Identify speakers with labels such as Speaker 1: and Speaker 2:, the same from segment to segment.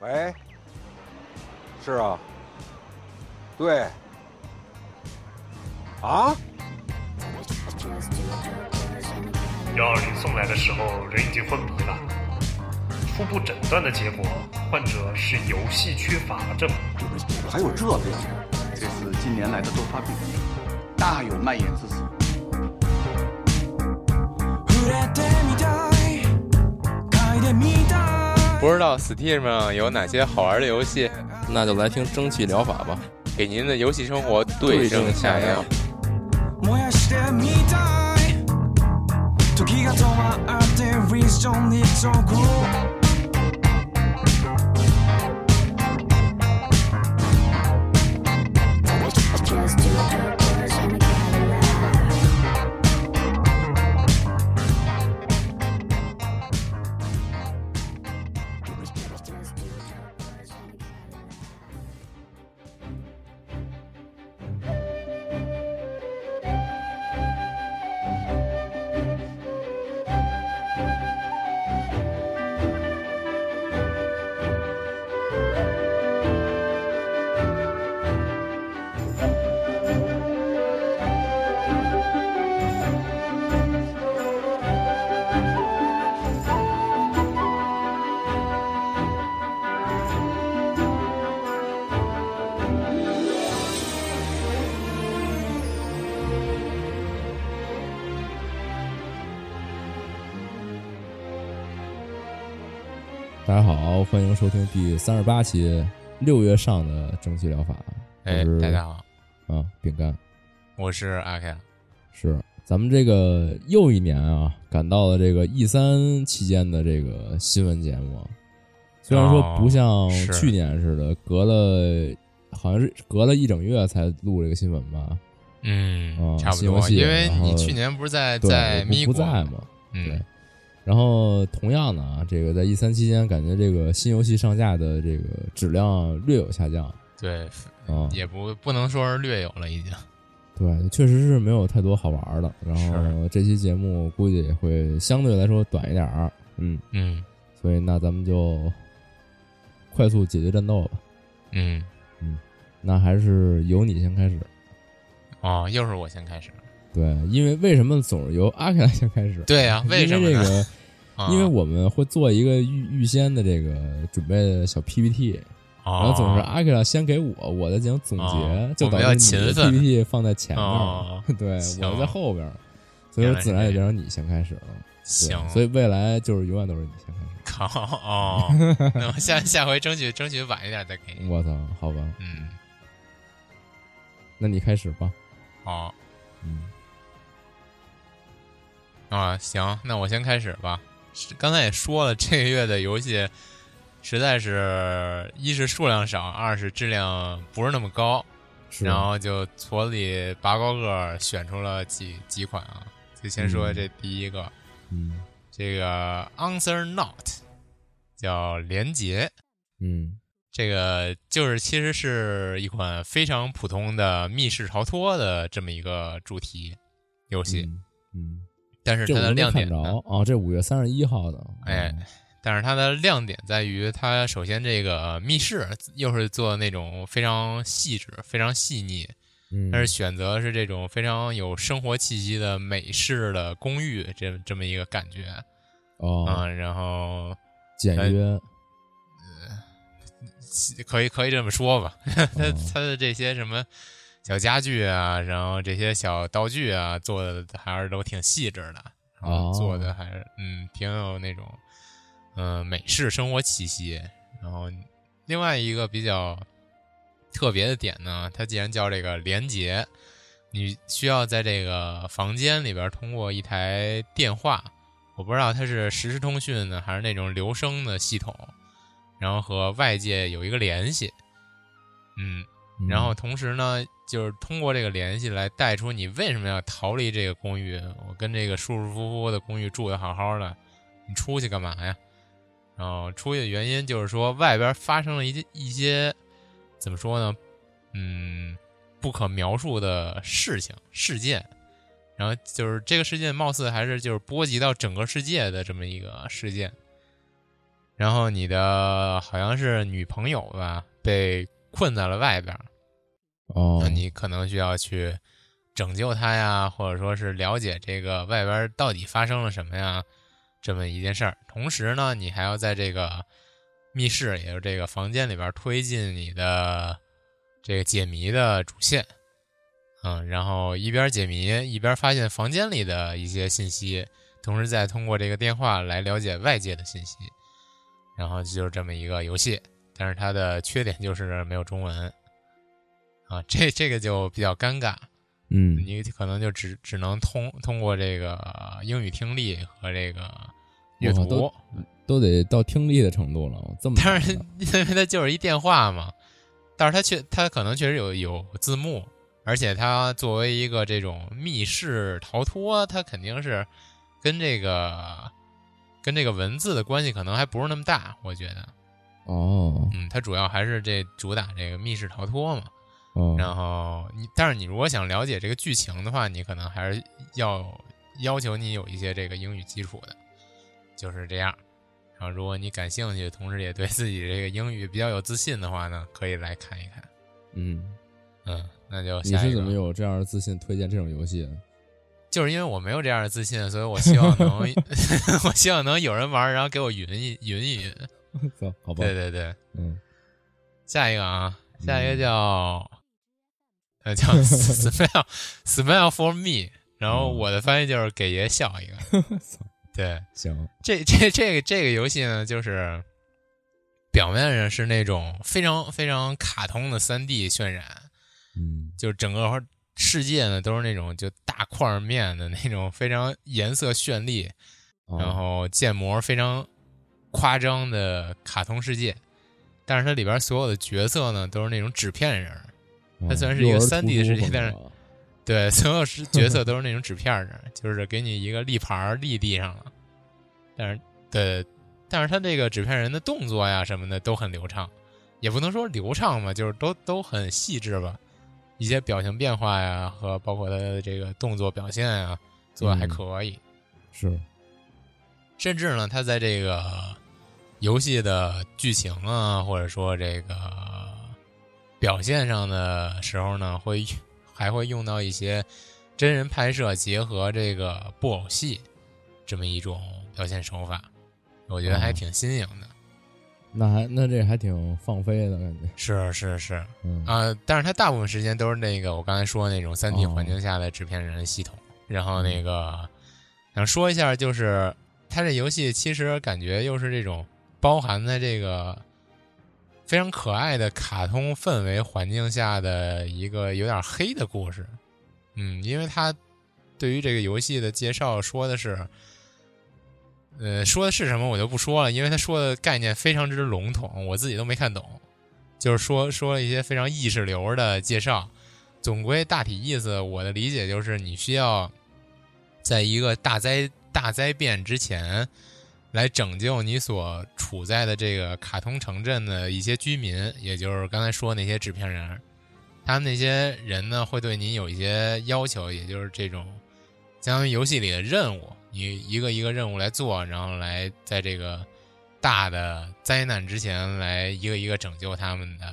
Speaker 1: 喂，是啊，对，啊，
Speaker 2: 幺二零送来的时候，人已经昏迷了。初步诊断的结果，患者是游戏缺乏症。
Speaker 3: 还有这病，这是近年来的多发病，大有蔓延之势。
Speaker 4: 不知道 Steam 上有哪些好玩的游戏，
Speaker 5: 那就来听蒸汽疗法吧。
Speaker 4: 给您的游戏生活对症下药。
Speaker 5: 大家好，欢迎收听第三十八期六月上的蒸汽疗法。
Speaker 6: 哎
Speaker 5: 我是，
Speaker 6: 大家好，
Speaker 5: 啊，饼干
Speaker 6: 我是阿 K。
Speaker 5: 是咱们这个又一年啊，赶到了这个 E 三期间的这个新闻节目啊，虽然说
Speaker 6: 哦
Speaker 5: 不像
Speaker 6: 是
Speaker 5: 去年似的，隔了好像是隔了一整月才录这个新闻吧？
Speaker 6: 嗯
Speaker 5: 哦，
Speaker 6: 差不
Speaker 5: 新游
Speaker 6: 多，
Speaker 5: 戏
Speaker 6: 因为
Speaker 5: 然后
Speaker 6: 你去年不是在
Speaker 5: 对，
Speaker 6: 在
Speaker 5: 我
Speaker 6: 咪
Speaker 5: 不
Speaker 6: 咕
Speaker 5: 不在嘛，对
Speaker 6: 嗯，。
Speaker 5: 然后同样的啊，这个在 E 三期间，感觉这个新游戏上架的这个质量略有下降啊、
Speaker 6: 对，也不不能说是略有了，已经。
Speaker 5: 对，确实是没有太多好玩儿的。然后这期节目估计也会相对来说短一点儿，嗯，
Speaker 6: 嗯
Speaker 5: 所以那咱们就快速解决战斗吧。
Speaker 6: 嗯，
Speaker 5: 那还是由你先开始，
Speaker 6: 哦，又是我先开始。
Speaker 5: 对，因为为什么总是由阿凯先开始？
Speaker 6: 对呀， 为什么
Speaker 5: 因
Speaker 6: 呢
Speaker 5: 为这？个，
Speaker 6: 啊
Speaker 5: 因为我们会做一个预预先的这个准备的小 PPT，然
Speaker 6: 哦
Speaker 5: 后总是啊阿克拉先给我，我再进行总结
Speaker 6: 哦，
Speaker 5: 就
Speaker 6: 我
Speaker 5: 导
Speaker 6: 们要
Speaker 5: 致你的
Speaker 6: 勤奋
Speaker 5: PPT 放在前面儿
Speaker 6: 哦，
Speaker 5: 对
Speaker 6: 行
Speaker 5: 我在后边儿，所以说自然也就让你先开始了。对
Speaker 6: 行，
Speaker 5: 所以未来就是永远都是你先开始。
Speaker 6: 靠 哦，那我下下回争取争取晚一点再给你。
Speaker 5: 我操，好吧，
Speaker 6: 嗯，
Speaker 5: 那你开始吧。
Speaker 6: 哦
Speaker 5: 嗯，
Speaker 6: 啊，行，那我先开始吧。是刚才也说了，这个月的游戏实在是一是数量少，二是质量不是那么高。
Speaker 5: 是
Speaker 6: 然后就矬子里拔高个儿选出了几几款啊，就先说
Speaker 5: 嗯
Speaker 6: 这第一个，
Speaker 5: 嗯
Speaker 6: 这个 Answer Not 叫连结，
Speaker 5: 嗯
Speaker 6: 这个就是其实是一款非常普通的密室逃脱的这么一个主题游戏，
Speaker 5: 嗯嗯，
Speaker 6: 但是
Speaker 5: 这
Speaker 6: 它
Speaker 5: 我
Speaker 6: 的
Speaker 5: 都没
Speaker 6: 亮
Speaker 5: 看
Speaker 6: 点
Speaker 5: 着
Speaker 6: 呢，
Speaker 5: 啊，这五月三十一号的，
Speaker 6: 哎
Speaker 5: 嗯，
Speaker 6: 但是它的亮点在于，它首先这个密室又是做那种非常细致、非常细腻，
Speaker 5: 嗯，
Speaker 6: 它是选择是这种非常有生活气息的美式的公寓，这这么一个感觉啊、
Speaker 5: 哦，
Speaker 6: 嗯然后
Speaker 5: 简约，
Speaker 6: 可以可以这么说吧，它
Speaker 5: 哦
Speaker 6: 它的这些什么小家具啊，然后这些小道具啊，做的还是都挺细致的，然后
Speaker 5: 哦
Speaker 6: 做的还是嗯挺有那种嗯、呃美式生活气息。然后另外一个比较特别的点呢，它既然叫这个连接，你需要在这个房间里边通过一台电话，我不知道它是实时通讯呢，还是那种留声的系统，然后和外界有一个联系。嗯，
Speaker 5: 嗯
Speaker 6: 然后同时呢，就是通过这个联系来带出你为什么要逃离这个公寓。我跟这个舒舒服服的公寓住的好好的，你出去干嘛呀？然后出去的原因就是说外边发生了一些一些怎么说呢？嗯，不可描述的事情事件。然后就是这个事件，貌似还是就是波及到整个世界的这么一个事件。然后你的好像是女朋友吧，被困在了外边儿，
Speaker 5: 哦
Speaker 6: 那，你可能需要去拯救她呀，或者说是了解这个外边儿到底发生了什么呀，这么一件事儿。同时呢，你还要在这个密室，也就是这个房间里边儿推进你的这个解谜的主线，嗯，然后一边解谜一边发现房间里的一些信息，同时再通过这个电话来了解外界的信息，然后就是这么一个游戏。但是它的缺点就是没有中文，啊，这这个就比较尴尬，
Speaker 5: 嗯，
Speaker 6: 你可能就只只能通通过这个英语听力和这个阅
Speaker 5: 哇
Speaker 6: 读
Speaker 5: 都，都得到听力的程度了，这么
Speaker 6: 但
Speaker 5: 难
Speaker 6: 是
Speaker 5: 的
Speaker 6: 因为它就是一电话嘛，但是它确它可能确实有有字幕，而且它作为一个这种密室逃脱，它肯定是跟这个跟这个文字的关系可能还不是那么大，我觉得，
Speaker 5: 哦
Speaker 6: 嗯，它主要还是这主打这个密室逃脱嘛，
Speaker 5: 哦，
Speaker 6: 嗯然后你，但是你如果想了解这个剧情的话，你可能还是要要求你有一些这个英语基础的，就是这样。然后，如果你感兴趣，同时也对自己这个英语比较有自信的话呢，可以来看一看。
Speaker 5: 嗯，
Speaker 6: 嗯，那就
Speaker 5: 你
Speaker 6: 下一个
Speaker 5: 是怎么有这样的自信推荐这种游戏的？
Speaker 6: 就是因为我没有这样的自信，所以我希望能， 我希望能有人玩儿，然后给我匀一匀一匀。
Speaker 5: 走，好吧，
Speaker 6: 对对对，
Speaker 5: 嗯，
Speaker 6: 下一个啊，下一个
Speaker 5: 嗯
Speaker 6: 叫、呃 叫 smile smile for me，然后
Speaker 5: 嗯
Speaker 6: 我的翻译就是给爷笑一个。 对，
Speaker 5: 行，
Speaker 6: 这这这个这个游戏呢，就是表面上是那种非常非常卡通的三 D 渲染，
Speaker 5: 嗯
Speaker 6: 就整个世界呢都是那种就大块儿面的那种非常颜色绚丽，
Speaker 5: 哦
Speaker 6: 然后建模非常夸张的卡通世界，但是它里边所有的角色呢都是那种纸片人儿，它虽然是一个
Speaker 5: 哦幼儿
Speaker 6: 3D 的
Speaker 5: 图书
Speaker 6: 世
Speaker 5: 啊
Speaker 6: 界
Speaker 5: 风
Speaker 6: 但是
Speaker 5: 格
Speaker 6: 对，所有是角色都是那种纸片人儿，就是给你一个立牌儿立地上了，但是对，但是他这个纸片人的动作呀什么的都很流畅，也不能说流畅吧，就是都都很细致吧，一些表情变化呀和包括他的这个动作表现呀做的还
Speaker 5: 嗯
Speaker 6: 可以，
Speaker 5: 是
Speaker 6: 甚至呢，它在这个游戏的剧情啊，或者说这个表现上的时候呢，会还会用到一些真人拍摄结合这个布偶戏这么一种表现手法，我觉得还
Speaker 5: 哦
Speaker 6: 挺新颖的。
Speaker 5: 那还那这还挺放飞的感觉，
Speaker 6: 是是是
Speaker 5: 嗯
Speaker 6: 啊、但是它大部分时间都是那个我刚才说的那种三 D
Speaker 5: 哦
Speaker 6: 环境下的纸片人系统。然后那个想说一下，就是它这游戏其实感觉又是这种包含在这个非常可爱的卡通氛围环境下的一个有点黑的故事。嗯，因为它对于这个游戏的介绍说的是。呃，说的是什么我就不说了，因为他说的概念非常之笼统，我自己都没看懂。就是说说了一些非常意识流的介绍，总归大体意思，我的理解就是你需要在一个大灾大灾变之前，来拯救你所处在的这个卡通城镇的一些居民，也就是刚才说那些纸片人儿，他们那些人呢会对你有一些要求，也就是这种相当于游戏里的任务，你一个一个任务来做，然后来在这个大的灾难之前来一个一个拯救他们的，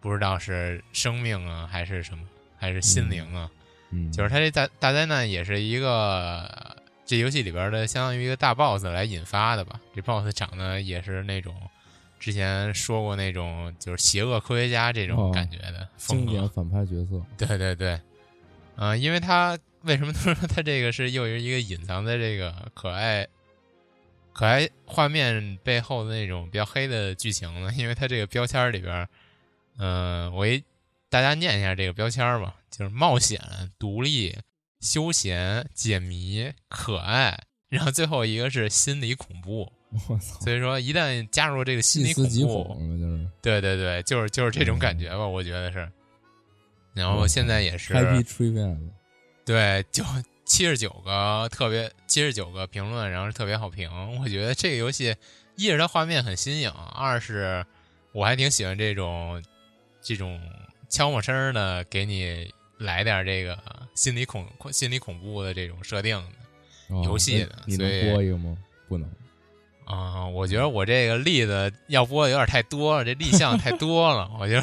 Speaker 6: 不知道是生命啊还是什么，还是心灵啊，
Speaker 5: 嗯，
Speaker 6: 就是它这大大灾难也是一个呃这游戏里边的相当于一个大 boss 来引发的吧。这 boss 长得也是那种之前说过那种就是邪恶科学家这种
Speaker 5: 哦
Speaker 6: 感觉的风
Speaker 5: 经
Speaker 6: 格，
Speaker 5: 典反派角色，
Speaker 6: 对对对，啊、因为他为什么他说他这个是又是一个隐藏在这个可爱可爱画面背后的那种比较黑的剧情呢？因为他这个标签儿里边儿，嗯、我给大家念一下这个标签儿吧，就是冒险、独立、休闲、解谜、可爱，然后最后一个是心理恐怖。
Speaker 5: 我操，
Speaker 6: 所以说，一旦加入这个心
Speaker 5: 细
Speaker 6: 理
Speaker 5: 思极
Speaker 6: 恐怖，
Speaker 5: 恐了，就是
Speaker 6: 对对对，就是就是这种感觉吧，我觉得是。然
Speaker 5: 嗯
Speaker 6: 后现在也是
Speaker 5: 开辟吹面子，
Speaker 6: 对，就七十九个特别七十九个评论，然后是特别好评。我觉得这个游戏，一是它画面很新颖，二是我还挺喜欢这种这种悄没声儿的，给你来点这个心理恐心理恐怖的这种设定的
Speaker 5: 哦
Speaker 6: 游戏
Speaker 5: 哎
Speaker 6: 的
Speaker 5: 你
Speaker 6: 所以
Speaker 5: 能播一个吗？不能，
Speaker 6: 啊、我觉得我这个例子要播的有点太多了，这立项太多了，我觉得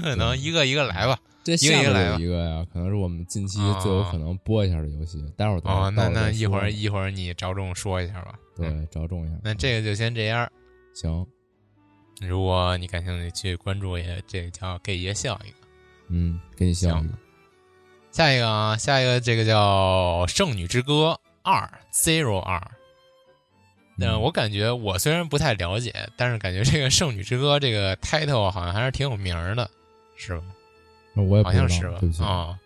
Speaker 6: 可能一个一个来吧。
Speaker 5: 这
Speaker 6: 一个
Speaker 5: 下
Speaker 6: 一个
Speaker 5: 面
Speaker 6: 来吧
Speaker 5: 有一个呀，可能是我们近期最有可能播一下的游戏，待会儿
Speaker 6: 哦，那那一
Speaker 5: 一
Speaker 6: 会儿一会儿你着重说一下吧。嗯，
Speaker 5: 对着重一下。嗯
Speaker 6: 那这个就先这样。
Speaker 5: 行，
Speaker 6: 如果你感兴趣，去关注一下这个叫“给爷笑一个
Speaker 5: 嗯，给你希望
Speaker 6: 行。下一个啊，下一个这个叫《圣女之歌二 Zero 二》。那
Speaker 5: 嗯
Speaker 6: 我感觉我虽然不太了解，但是感觉这个《圣女之歌》这个 title 好像还是挺有名儿的，是吧？
Speaker 5: 那我也不
Speaker 6: 好
Speaker 5: 知道
Speaker 6: 像是吧
Speaker 5: 对不？起，嗯
Speaker 6: 啊、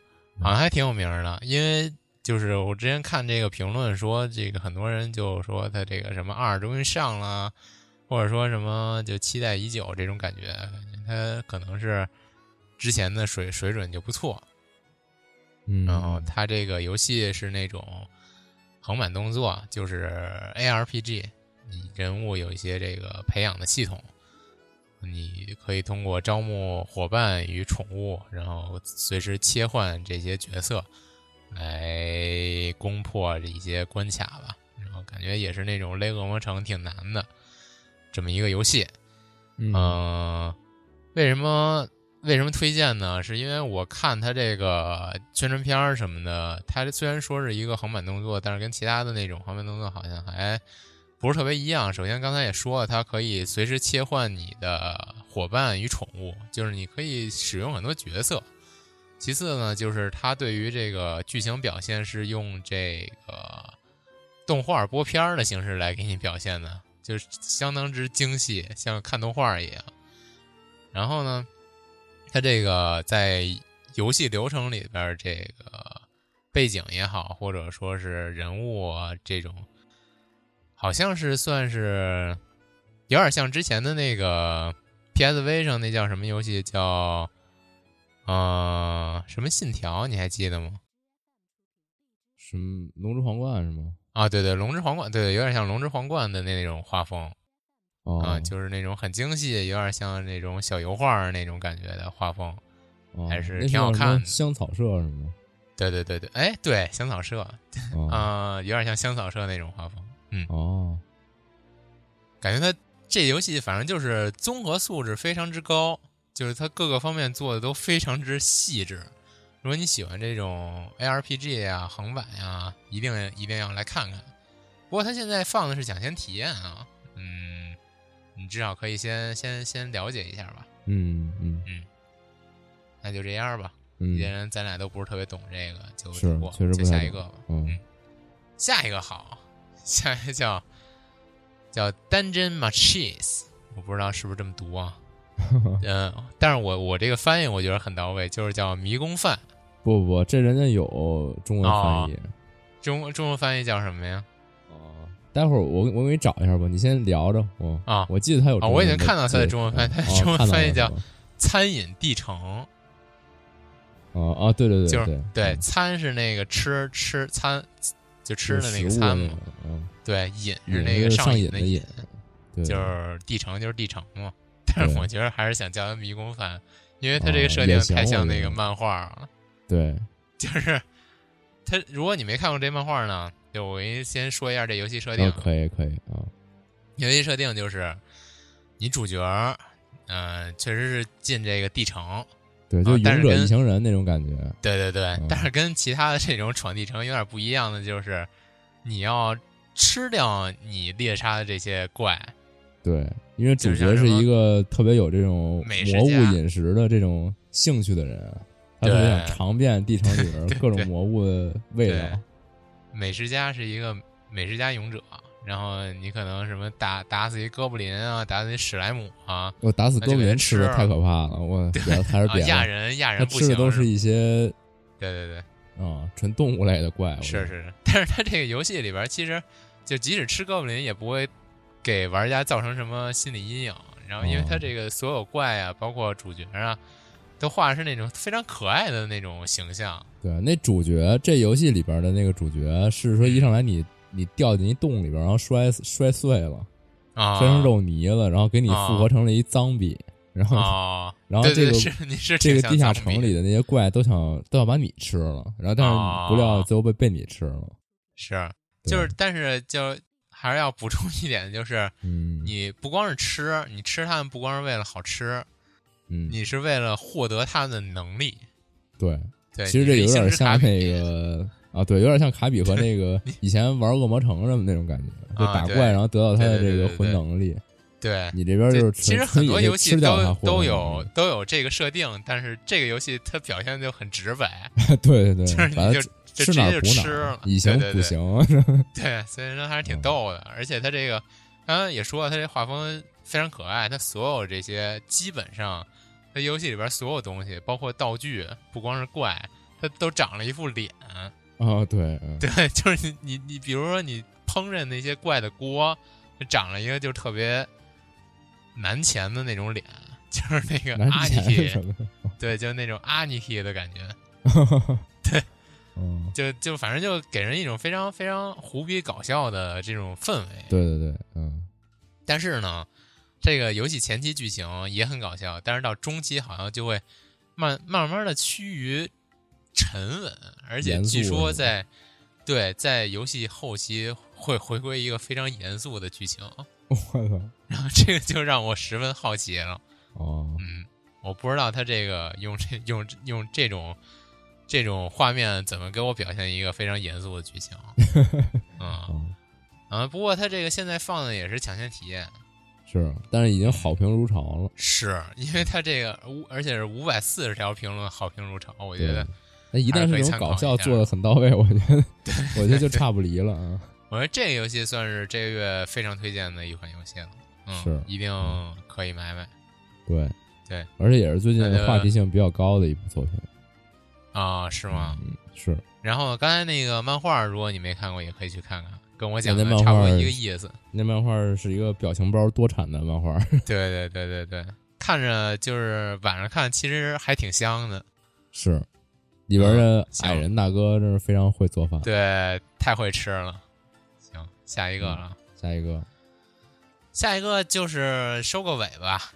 Speaker 6: 好像还挺有名儿的。因为就是我之前看这个评论说，这个很多人就说他这个什么二终于上了，或者说什么就期待已久这种感觉，他可能是之前的水水准就不错，
Speaker 5: 嗯，
Speaker 6: 然后它这个游戏是那种横版动作，就是 ARPG，你人物有一些这个培养的系统，你可以通过招募伙伴与宠物，然后随时切换这些角色来攻破一些关卡吧。然后感觉也是那种类恶魔城挺难的这么一个游戏。
Speaker 5: 嗯
Speaker 6: 嗯，为什么为什么推荐呢？是因为我看它这个宣传片儿什么的，它虽然说是一个横版动作，但是跟其他的那种横版动作好像还不是特别一样。首先刚才也说了，它可以随时切换你的伙伴与宠物，就是你可以使用很多角色。其次呢，就是它对于这个剧情表现是用这个动画播片儿的形式来给你表现的，就是相当之精细，像看动画儿一样。然后呢，它这个在游戏流程里边儿这个背景也好，或者说是人物啊这种，好像是算是有点像之前的那个 PSV 上那叫什么游戏叫。呃，什么信条你还记得吗？
Speaker 5: 什么龙之皇冠是吗？
Speaker 6: 啊，对对，龙之皇冠，对，有点像龙之皇冠的那种画风啊、
Speaker 5: 哦，
Speaker 6: 就是那种很精细，有点像那种小油画儿那种感觉的画风。
Speaker 5: 哦
Speaker 6: 还是
Speaker 5: 那
Speaker 6: 挺好
Speaker 5: 叫什么
Speaker 6: 看的
Speaker 5: 香草社是吗？
Speaker 6: 对对对对，哎，对，香草社
Speaker 5: 哦
Speaker 6: 啊、有点像香草社那种画风。嗯，
Speaker 5: 哦，
Speaker 6: 感觉它这游戏反正就是综合素质非常之高，就是它各个方面做的都非常之细致。如果你喜欢这种 ARPG 啊、横版呀、一定一定要来看看。不过它现在放的是抢先体验啊，嗯，你至少可以先先先了解一下吧。
Speaker 5: 嗯嗯
Speaker 6: 那就这样吧，
Speaker 5: 嗯，
Speaker 6: 既然咱俩都不是特别懂这个，就是过
Speaker 5: 确实
Speaker 6: 就
Speaker 5: 不太
Speaker 6: 下一
Speaker 5: 懂
Speaker 6: 个吧。
Speaker 5: 嗯
Speaker 6: 下一个好，下一个叫叫 Dungeon Machines，我不知道是不是这么读 啊。嗯，但是我我这个翻译我觉得很到位，就是叫迷宫饭，
Speaker 5: 不不不，这人家有中文翻译。
Speaker 6: 中中文翻译叫什么呀？
Speaker 5: 哦，待会儿我我给你找一下吧，你先聊着我
Speaker 6: 啊
Speaker 5: 我记得他有
Speaker 6: 啊
Speaker 5: 中文
Speaker 6: 我已经
Speaker 5: 的
Speaker 6: 看到他的
Speaker 5: 字
Speaker 6: 中文翻译
Speaker 5: 哦
Speaker 6: 他的
Speaker 5: 哦
Speaker 6: 中文
Speaker 5: 看到
Speaker 6: 翻译
Speaker 5: 了
Speaker 6: 叫
Speaker 5: 是吧
Speaker 6: 餐饮地城，
Speaker 5: 哦哦对对对，
Speaker 6: 就是
Speaker 5: 对
Speaker 6: 对，
Speaker 5: 嗯
Speaker 6: 餐是那个吃吃餐，就吃
Speaker 5: 就
Speaker 6: 的
Speaker 5: 是
Speaker 6: 那个
Speaker 5: 食物
Speaker 6: 餐
Speaker 5: 的
Speaker 6: 嘛，
Speaker 5: 那个嗯，
Speaker 6: 对，饮
Speaker 5: 也
Speaker 6: 是那个
Speaker 5: 上
Speaker 6: 瘾
Speaker 5: 的
Speaker 6: 的
Speaker 5: 瘾，对，
Speaker 6: 就是地城就是地城嘛。但是
Speaker 5: 对
Speaker 6: 我觉得还是想叫它迷宫饭，因为它这
Speaker 5: 啊
Speaker 6: 个设
Speaker 5: 也
Speaker 6: 定
Speaker 5: 行
Speaker 6: 太
Speaker 5: 我
Speaker 6: 像
Speaker 5: 觉
Speaker 6: 那个
Speaker 5: 得
Speaker 6: 漫画了。
Speaker 5: 对，
Speaker 6: 就是它，如果你没看过这漫画呢，就我给你先说一下这游戏设定
Speaker 5: 啊。可以可以啊，
Speaker 6: 游戏设定就是，你主角，嗯、确实是进这个地城，
Speaker 5: 对，
Speaker 6: 啊
Speaker 5: 就
Speaker 6: 但
Speaker 5: 勇
Speaker 6: 是
Speaker 5: 者
Speaker 6: 跟
Speaker 5: 一行人那种感觉，
Speaker 6: 对对对，
Speaker 5: 嗯
Speaker 6: 但是跟其他的这种闯地城有点不一样的就是，你要吃掉你猎杀的这些怪，
Speaker 5: 对，因为
Speaker 6: 就是
Speaker 5: 主
Speaker 6: 像
Speaker 5: 角
Speaker 6: 什
Speaker 5: 是
Speaker 6: 么
Speaker 5: 一个特别有这种
Speaker 6: 美食
Speaker 5: 魔物
Speaker 6: 家
Speaker 5: 饮食的这种兴趣的人，啊他特
Speaker 6: 对
Speaker 5: 别想尝遍地城里边
Speaker 6: 对
Speaker 5: 各
Speaker 6: 对
Speaker 5: 种魔物的味
Speaker 6: 对
Speaker 5: 道。
Speaker 6: 美食家是一个美食家勇者，然后你可能什么打打死一哥布林啊，打死一史莱姆啊，
Speaker 5: 我打死
Speaker 6: 那就
Speaker 5: 哥
Speaker 6: 给
Speaker 5: 布林
Speaker 6: 人
Speaker 5: 吃
Speaker 6: 吃
Speaker 5: 的
Speaker 6: 了
Speaker 5: 太 可怕了，我别了还是
Speaker 6: 啊
Speaker 5: 别
Speaker 6: 亚
Speaker 5: 了。
Speaker 6: 人亚
Speaker 5: 他
Speaker 6: 人不
Speaker 5: 吃
Speaker 6: 行，
Speaker 5: 的都是
Speaker 6: 吧
Speaker 5: 一些
Speaker 6: 对对对。
Speaker 5: 啊纯动物类的怪物。
Speaker 6: 是是，是，但是它这个游戏里边儿，其实就即使吃哥布林，也不会给玩家造成什么心理阴影。然后，因为它
Speaker 5: 哦
Speaker 6: 这个所有怪啊，包括主角啊，都画的是那种非常可爱的那种形象。
Speaker 5: 对，那主角这游戏里边的那个主角是
Speaker 6: 嗯
Speaker 5: 说一上来你你掉进一洞里边，然后摔死摔碎了，
Speaker 6: 啊，
Speaker 5: 摔成肉泥了，然后给你
Speaker 6: 啊
Speaker 5: 复活成了一脏逼，然后
Speaker 6: 啊，
Speaker 5: 然后
Speaker 6: 对对
Speaker 5: 这个
Speaker 6: 是你是
Speaker 5: 这
Speaker 6: 挺
Speaker 5: 个
Speaker 6: 像
Speaker 5: 地下
Speaker 6: 藏笔
Speaker 5: 城里的那些怪都想都要把你吃
Speaker 6: 啊
Speaker 5: 了，然后但是不料最后被被你吃了。
Speaker 6: 是，
Speaker 5: 对
Speaker 6: 就是但是就还是要补充一点，就是
Speaker 5: 嗯，
Speaker 6: 你不光是吃，你吃它们不光是为了好吃，
Speaker 5: 嗯，
Speaker 6: 你是为了获得它们的能力。
Speaker 5: 对，
Speaker 6: 对，
Speaker 5: 其实这
Speaker 6: 你
Speaker 5: 有
Speaker 6: 是一
Speaker 5: 点
Speaker 6: 星之卡
Speaker 5: 像
Speaker 6: 比
Speaker 5: 那个啊，对，有点像卡比和 那个以前玩恶魔城什么那种感觉，就
Speaker 6: 啊
Speaker 5: 打
Speaker 6: 对
Speaker 5: 怪然后得到他的
Speaker 6: 对对
Speaker 5: 这个
Speaker 6: 对对
Speaker 5: 魂
Speaker 6: 对
Speaker 5: 能力。
Speaker 6: 对。
Speaker 5: 你这边就是
Speaker 6: 对其实
Speaker 5: 纯
Speaker 6: 很多游戏
Speaker 5: 吃掉它
Speaker 6: 都
Speaker 5: 获得
Speaker 6: 都
Speaker 5: 能力
Speaker 6: 有都有这个设定，但是这个游戏它表现就很直白，
Speaker 5: 对对对，
Speaker 6: 就是
Speaker 5: 把
Speaker 6: 你
Speaker 5: 它
Speaker 6: 就就直
Speaker 5: 嗯吃哪
Speaker 6: 接就
Speaker 5: 儿补
Speaker 6: 吃
Speaker 5: 哪儿
Speaker 6: 了，，
Speaker 5: 以形
Speaker 6: 对对
Speaker 5: 补
Speaker 6: 对
Speaker 5: 形。
Speaker 6: 对，所以说还是
Speaker 5: 嗯
Speaker 6: 挺逗的。而且他这个刚刚也说了，他这画风非常可爱，他所有这些基本上他游戏里边所有东西，包括道具，不光是怪，他都长了一副脸。
Speaker 5: 哦，对，嗯
Speaker 6: 对，就是你你你，比如说你烹饪那些怪的锅，就长了一个就特别难钱的那种脸，就是那个
Speaker 5: 难
Speaker 6: 阿尼
Speaker 5: 前是什
Speaker 6: 基，
Speaker 5: 么的？
Speaker 6: 对，就是那种阿尼基的感觉。
Speaker 5: 嗯，
Speaker 6: 就就反正就给人一种非常非常胡逼搞笑的这种氛围，
Speaker 5: 对对对，嗯，
Speaker 6: 但是呢，这个游戏前期剧情也很搞笑，但是到中期好像就会慢慢慢的趋于沉稳，而且
Speaker 5: 严肃
Speaker 6: 据说
Speaker 5: 是吧
Speaker 6: 在对在游戏后期会回归一个非常严肃的剧情，
Speaker 5: 我操，
Speaker 6: 然后这个就让我十分好奇了。
Speaker 5: 哦，
Speaker 6: 嗯，我不知道他这个用这用用这种这种画面怎么给我表现一个非常严肃的剧 情。嗯
Speaker 5: 哦
Speaker 6: 啊，不过他这个现在放的也是抢先体验，
Speaker 5: 是，啊但是已经好评如潮了。
Speaker 6: 是因为他这个五，而且是五百四十条评论好评如潮，我觉
Speaker 5: 对
Speaker 6: 得，，
Speaker 5: 那一旦
Speaker 6: 还是
Speaker 5: 是
Speaker 6: 可以
Speaker 5: 这种
Speaker 6: 参考
Speaker 5: 搞
Speaker 6: 一
Speaker 5: 笑
Speaker 6: 下
Speaker 5: 做的很到位，我觉得，我觉得就差不离了啊。
Speaker 6: 我觉得这个游戏算是这个月非常推荐的一款游戏了，嗯，
Speaker 5: 是
Speaker 6: 一定可以买买
Speaker 5: 对
Speaker 6: 对，
Speaker 5: 而且也是最近
Speaker 6: 那就
Speaker 5: 话题性比较高的一部作品，
Speaker 6: 啊，是吗？
Speaker 5: 嗯，是
Speaker 6: 然后刚才那个漫画，如果你没看过，也可以去看看，跟我讲
Speaker 5: 那
Speaker 6: 的
Speaker 5: 漫画
Speaker 6: 差不多一个意思。
Speaker 5: 那漫画是一个表情包多产的漫画，
Speaker 6: 对对对对对，看着就是晚上看，其实还挺香的。
Speaker 5: 是里边的
Speaker 6: 嗯行
Speaker 5: 矮人大哥真是非常会做饭。
Speaker 6: 对，太会吃了。行，下一个
Speaker 5: 嗯
Speaker 6: 了。
Speaker 5: 下一个
Speaker 6: 下一个就是收个尾吧，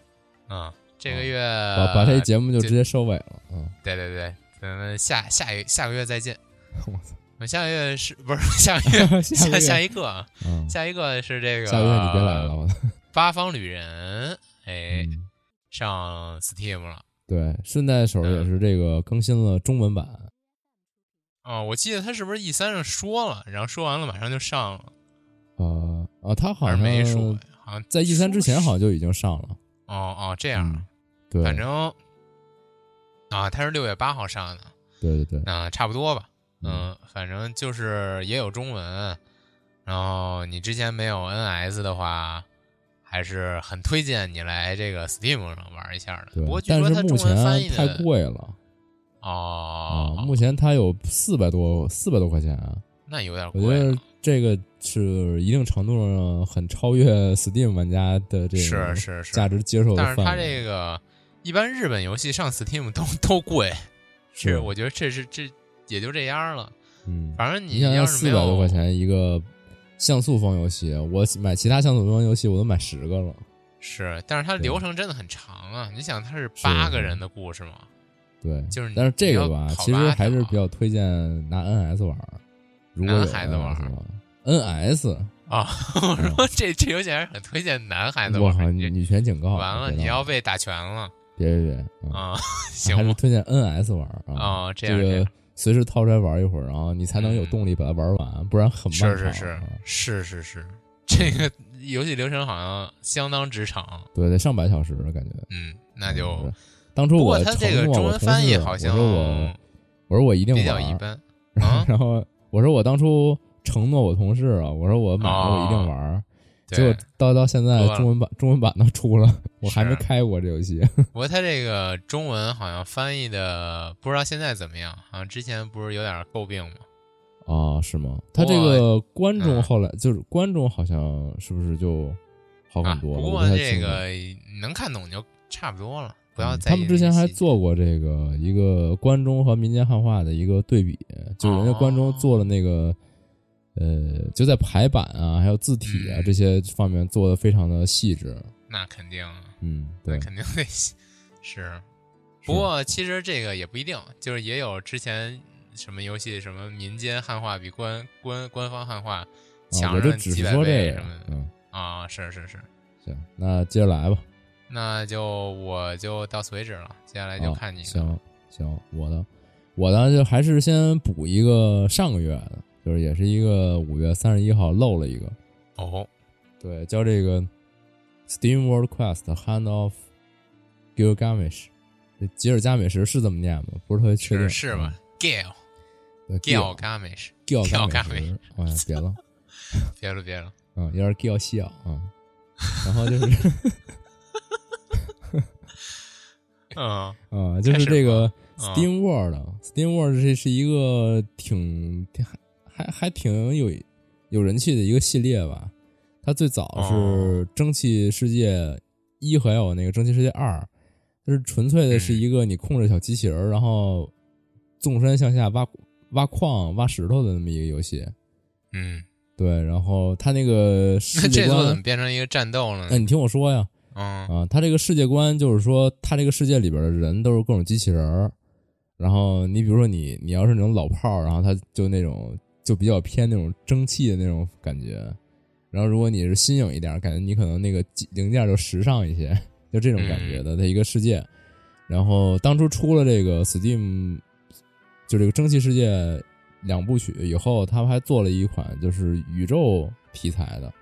Speaker 6: 嗯，这个月
Speaker 5: 把
Speaker 6: 呃
Speaker 5: 把这节目就直接收尾了，嗯，
Speaker 6: 对对对，咱们下下一下个月再见。
Speaker 5: 我操，
Speaker 6: 我们下个月是 不是下个月
Speaker 5: 下个
Speaker 6: 下
Speaker 5: 月
Speaker 6: 下一个啊
Speaker 5: 嗯，
Speaker 6: 下一个是这个
Speaker 5: 下个月你别来了，我操，
Speaker 6: 八方旅人哎、
Speaker 5: 嗯，
Speaker 6: 上 Steam 了。
Speaker 5: 对，顺带手也是这个更新了中文版，
Speaker 6: 哦，我记得他是不是 E 三上说了，然后说完了马上就上了，
Speaker 5: 呃啊，他好
Speaker 6: 嗯还是
Speaker 5: 像
Speaker 6: 没说呀？好像
Speaker 5: 在 E 三之前
Speaker 6: 像
Speaker 5: 好像就已经上了，
Speaker 6: 哦哦这
Speaker 5: 这
Speaker 6: 样，
Speaker 5: 对，
Speaker 6: 反正啊，他是六月八号上的，
Speaker 5: 对对对，
Speaker 6: 啊，差不多吧。
Speaker 5: 嗯
Speaker 6: 嗯，反正就是也有中文，然后你之前没有 NS 的话，还是很推荐你来这个 Steam 上玩一下的。
Speaker 5: 对
Speaker 6: 不过，据
Speaker 5: 但
Speaker 6: 说
Speaker 5: 是
Speaker 6: 它
Speaker 5: 目
Speaker 6: 中文翻
Speaker 5: 前
Speaker 6: 译
Speaker 5: 太
Speaker 6: 的
Speaker 5: 贵了啊
Speaker 6: 哦，，
Speaker 5: 目前它有四百多四百多块钱啊，
Speaker 6: 那有点
Speaker 5: 我觉
Speaker 6: 贵
Speaker 5: 得
Speaker 6: 了。
Speaker 5: 这个是一定程度上很超越 Steam 玩家的这
Speaker 6: 是
Speaker 5: 个
Speaker 6: 是是
Speaker 5: 价值接受的
Speaker 6: 但是
Speaker 5: 范围，
Speaker 6: 它这个一般日本游戏上 Steam 都都贵，
Speaker 5: 是
Speaker 6: 这我觉得这是这也就这样了。
Speaker 5: 嗯，
Speaker 6: 反正
Speaker 5: 你想
Speaker 6: 要
Speaker 5: 想
Speaker 6: 是没
Speaker 5: 四百多块
Speaker 6: 有
Speaker 5: 钱一个像素风游戏，我买其他像素风游戏我都买十个了，
Speaker 6: 是，但是它
Speaker 5: 对
Speaker 6: 流程真的很长啊。你想，它是
Speaker 5: 是
Speaker 6: 八个
Speaker 5: 是
Speaker 6: 人的故事嘛？
Speaker 5: 对，
Speaker 6: 就是你
Speaker 5: 但是这个吧
Speaker 6: 你要，跑
Speaker 5: 其实
Speaker 6: 吧
Speaker 5: 还是
Speaker 6: 找
Speaker 5: 比较推荐拿 NS 玩儿，如果有
Speaker 6: 拿孩子
Speaker 5: NS
Speaker 6: 玩儿
Speaker 5: 的话 NS，
Speaker 6: 啊， 我说这这游戏还是很推荐男孩子
Speaker 5: 嗯我
Speaker 6: 玩
Speaker 5: 靠，
Speaker 6: 儿。
Speaker 5: 女
Speaker 6: 你
Speaker 5: 女权警告，
Speaker 6: 完了，
Speaker 5: 别
Speaker 6: 你
Speaker 5: 闹
Speaker 6: 要被打拳了
Speaker 5: 别别别，嗯
Speaker 6: 啊！行
Speaker 5: 还是
Speaker 6: 吧，
Speaker 5: 推荐 NS 玩儿啊，
Speaker 6: 哦这样这
Speaker 5: 个
Speaker 6: 样
Speaker 5: 随时掏出来玩一会儿，然后你才能有
Speaker 6: 嗯
Speaker 5: 动力把它玩完，不然很
Speaker 6: 是
Speaker 5: 漫
Speaker 6: 是
Speaker 5: 长。
Speaker 6: 是
Speaker 5: 啊
Speaker 6: 是是是，这个游戏流程好像相当职场，
Speaker 5: 对，得上百小时的感觉。
Speaker 6: 嗯，那就
Speaker 5: 对当初
Speaker 6: 不
Speaker 5: 我
Speaker 6: 过它
Speaker 5: 承
Speaker 6: 这个
Speaker 5: 诺
Speaker 6: 中
Speaker 5: 我
Speaker 6: 文
Speaker 5: 同
Speaker 6: 翻译
Speaker 5: 事
Speaker 6: 好
Speaker 5: 我
Speaker 6: 像
Speaker 5: 说我我说我一定
Speaker 6: 比
Speaker 5: 玩
Speaker 6: 较
Speaker 5: 儿，
Speaker 6: 一 般
Speaker 5: 然后，
Speaker 6: 啊
Speaker 5: 然后我说我当初承诺我同事啊，我说我买了我一定玩儿，结
Speaker 6: 哦对
Speaker 5: 果。到到现在
Speaker 6: 多了
Speaker 5: 中文版中文版都出了，我还
Speaker 6: 是
Speaker 5: 没开过这游戏。
Speaker 6: 不过它这个中文好像翻译的不知道现在怎么样，好像之前不是有点诟病吗？
Speaker 5: 啊，是吗？他
Speaker 6: 不
Speaker 5: 这
Speaker 6: 过
Speaker 5: 个观众
Speaker 6: 嗯
Speaker 5: 后来就是观众好像是不是就好
Speaker 6: 啊，
Speaker 5: 很多
Speaker 6: 不
Speaker 5: 了？我
Speaker 6: 过
Speaker 5: 不太
Speaker 6: 这
Speaker 5: 清楚
Speaker 6: 个嗯能看懂就差不多了，不要
Speaker 5: 嗯
Speaker 6: 在意
Speaker 5: 他们之前
Speaker 6: 那些
Speaker 5: 还
Speaker 6: 细节
Speaker 5: 做过这个一个关中和民间汉化的一个对比，
Speaker 6: 哦
Speaker 5: 就是人家关中做了那个、呃，就在排版啊，还有字体啊、
Speaker 6: 嗯
Speaker 5: 这些方面做的非常的细致。
Speaker 6: 那肯定啊。
Speaker 5: 嗯，
Speaker 6: 那
Speaker 5: 对，
Speaker 6: 肯定得是。不过其实这个也不一定，就是也有之前什么游戏什么民间汉化比官官官方汉化墙
Speaker 5: 啊我就
Speaker 6: 上
Speaker 5: 只
Speaker 6: 几
Speaker 5: 是
Speaker 6: 百
Speaker 5: 说
Speaker 6: 倍
Speaker 5: 这
Speaker 6: 什
Speaker 5: 个
Speaker 6: 么，的
Speaker 5: 嗯，
Speaker 6: 啊，是是是，
Speaker 5: 行，那接着来吧，
Speaker 6: 那就我就到此为止了，接下来就
Speaker 5: 啊
Speaker 6: 看你了。
Speaker 5: 行行，我的我呢就还是先补一个上个月的，就是也是一个五月三十一号漏了一个，
Speaker 6: 哦，
Speaker 5: 对，叫这个《Steam World Quest Hand of Gilgamesh》，这吉尔加美什是这么念吗？不是特别确定，
Speaker 6: 是是吧？Gale
Speaker 5: 嗯？对
Speaker 6: Gale g a m i s h
Speaker 5: ，Gil 加
Speaker 6: Gil
Speaker 5: 美
Speaker 6: Gamesh
Speaker 5: 什，哎呀，别了，
Speaker 6: 别了别了，
Speaker 5: 嗯，有点 Gil 笑啊，然后就是。
Speaker 6: 嗯
Speaker 5: 啊，就是
Speaker 6: 开始
Speaker 5: 这个
Speaker 6: 吧啊
Speaker 5: Steam World 啊、Steam World 这是一个挺还还还挺有有人气的一个系列吧。它最早是
Speaker 6: 哦
Speaker 5: 《蒸汽世界一》还有那个《蒸汽世界二》，就是纯粹的
Speaker 6: 嗯
Speaker 5: 是一个你控制小机器人儿，然后纵身向下挖挖矿、挖石头的那么一个游戏。
Speaker 6: 嗯，
Speaker 5: 对，然后它那个世
Speaker 6: 那
Speaker 5: 界
Speaker 6: 这座怎
Speaker 5: 观
Speaker 6: 么，变成一个战斗了
Speaker 5: 哎，
Speaker 6: 呢？
Speaker 5: 你听我说呀，
Speaker 6: 嗯
Speaker 5: 啊，它这个世界观就是说，它这个世界里边的人都是各种机器人儿，然后你比如说你，你要是那种老炮儿，然后他就那种就比较偏那种蒸汽的那种感觉，然后如果你是新颖一点儿，感觉你可能那个机零件就时尚一些，就这种感觉的的一个世界。然后当初出了这个 Steam，就这个蒸汽世界两部曲以后，他们还做了一款就是宇宙题材的，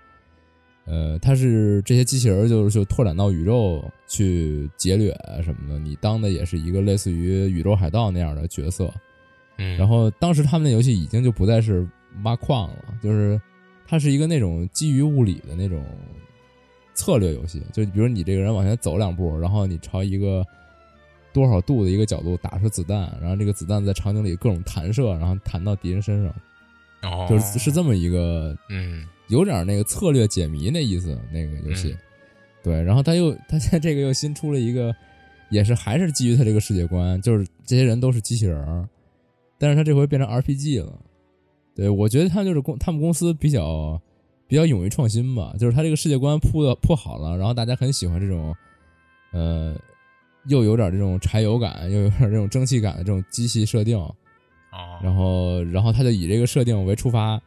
Speaker 5: 呃，它是这些机器人儿就是就拓展到宇宙去劫掠啊什么的，你当的也是一个类似于宇宙海盗那样的角色。
Speaker 6: 嗯，
Speaker 5: 然后当时他们的游戏已经就不再是挖矿了，就是它是一个那种基于物理的那种策略游戏，就比如你这个人往前走两步，然后你朝一个多少度的一个角度打出子弹，然后这个子弹在场景里各种弹射，然后弹到敌人身上，
Speaker 6: 哦
Speaker 5: 就是是这么一个
Speaker 6: 嗯
Speaker 5: 有点那个策略解谜那意思，那个游戏。
Speaker 6: 嗯
Speaker 5: 对，然后他又他现在这个又新出了一个，也是还是基于他这个世界观，就是这些人都是机器人儿，但是他这回变成 RPG 了。对，我觉得他就是公他们公司比较比较勇于创新吧，就是他这个世界观铺的铺好了，然后大家很喜欢这种，呃，又有点这种柴油感，又有点这种蒸汽感的这种机器设定，
Speaker 6: 哦，
Speaker 5: 然后然后他就以这个设定为出发，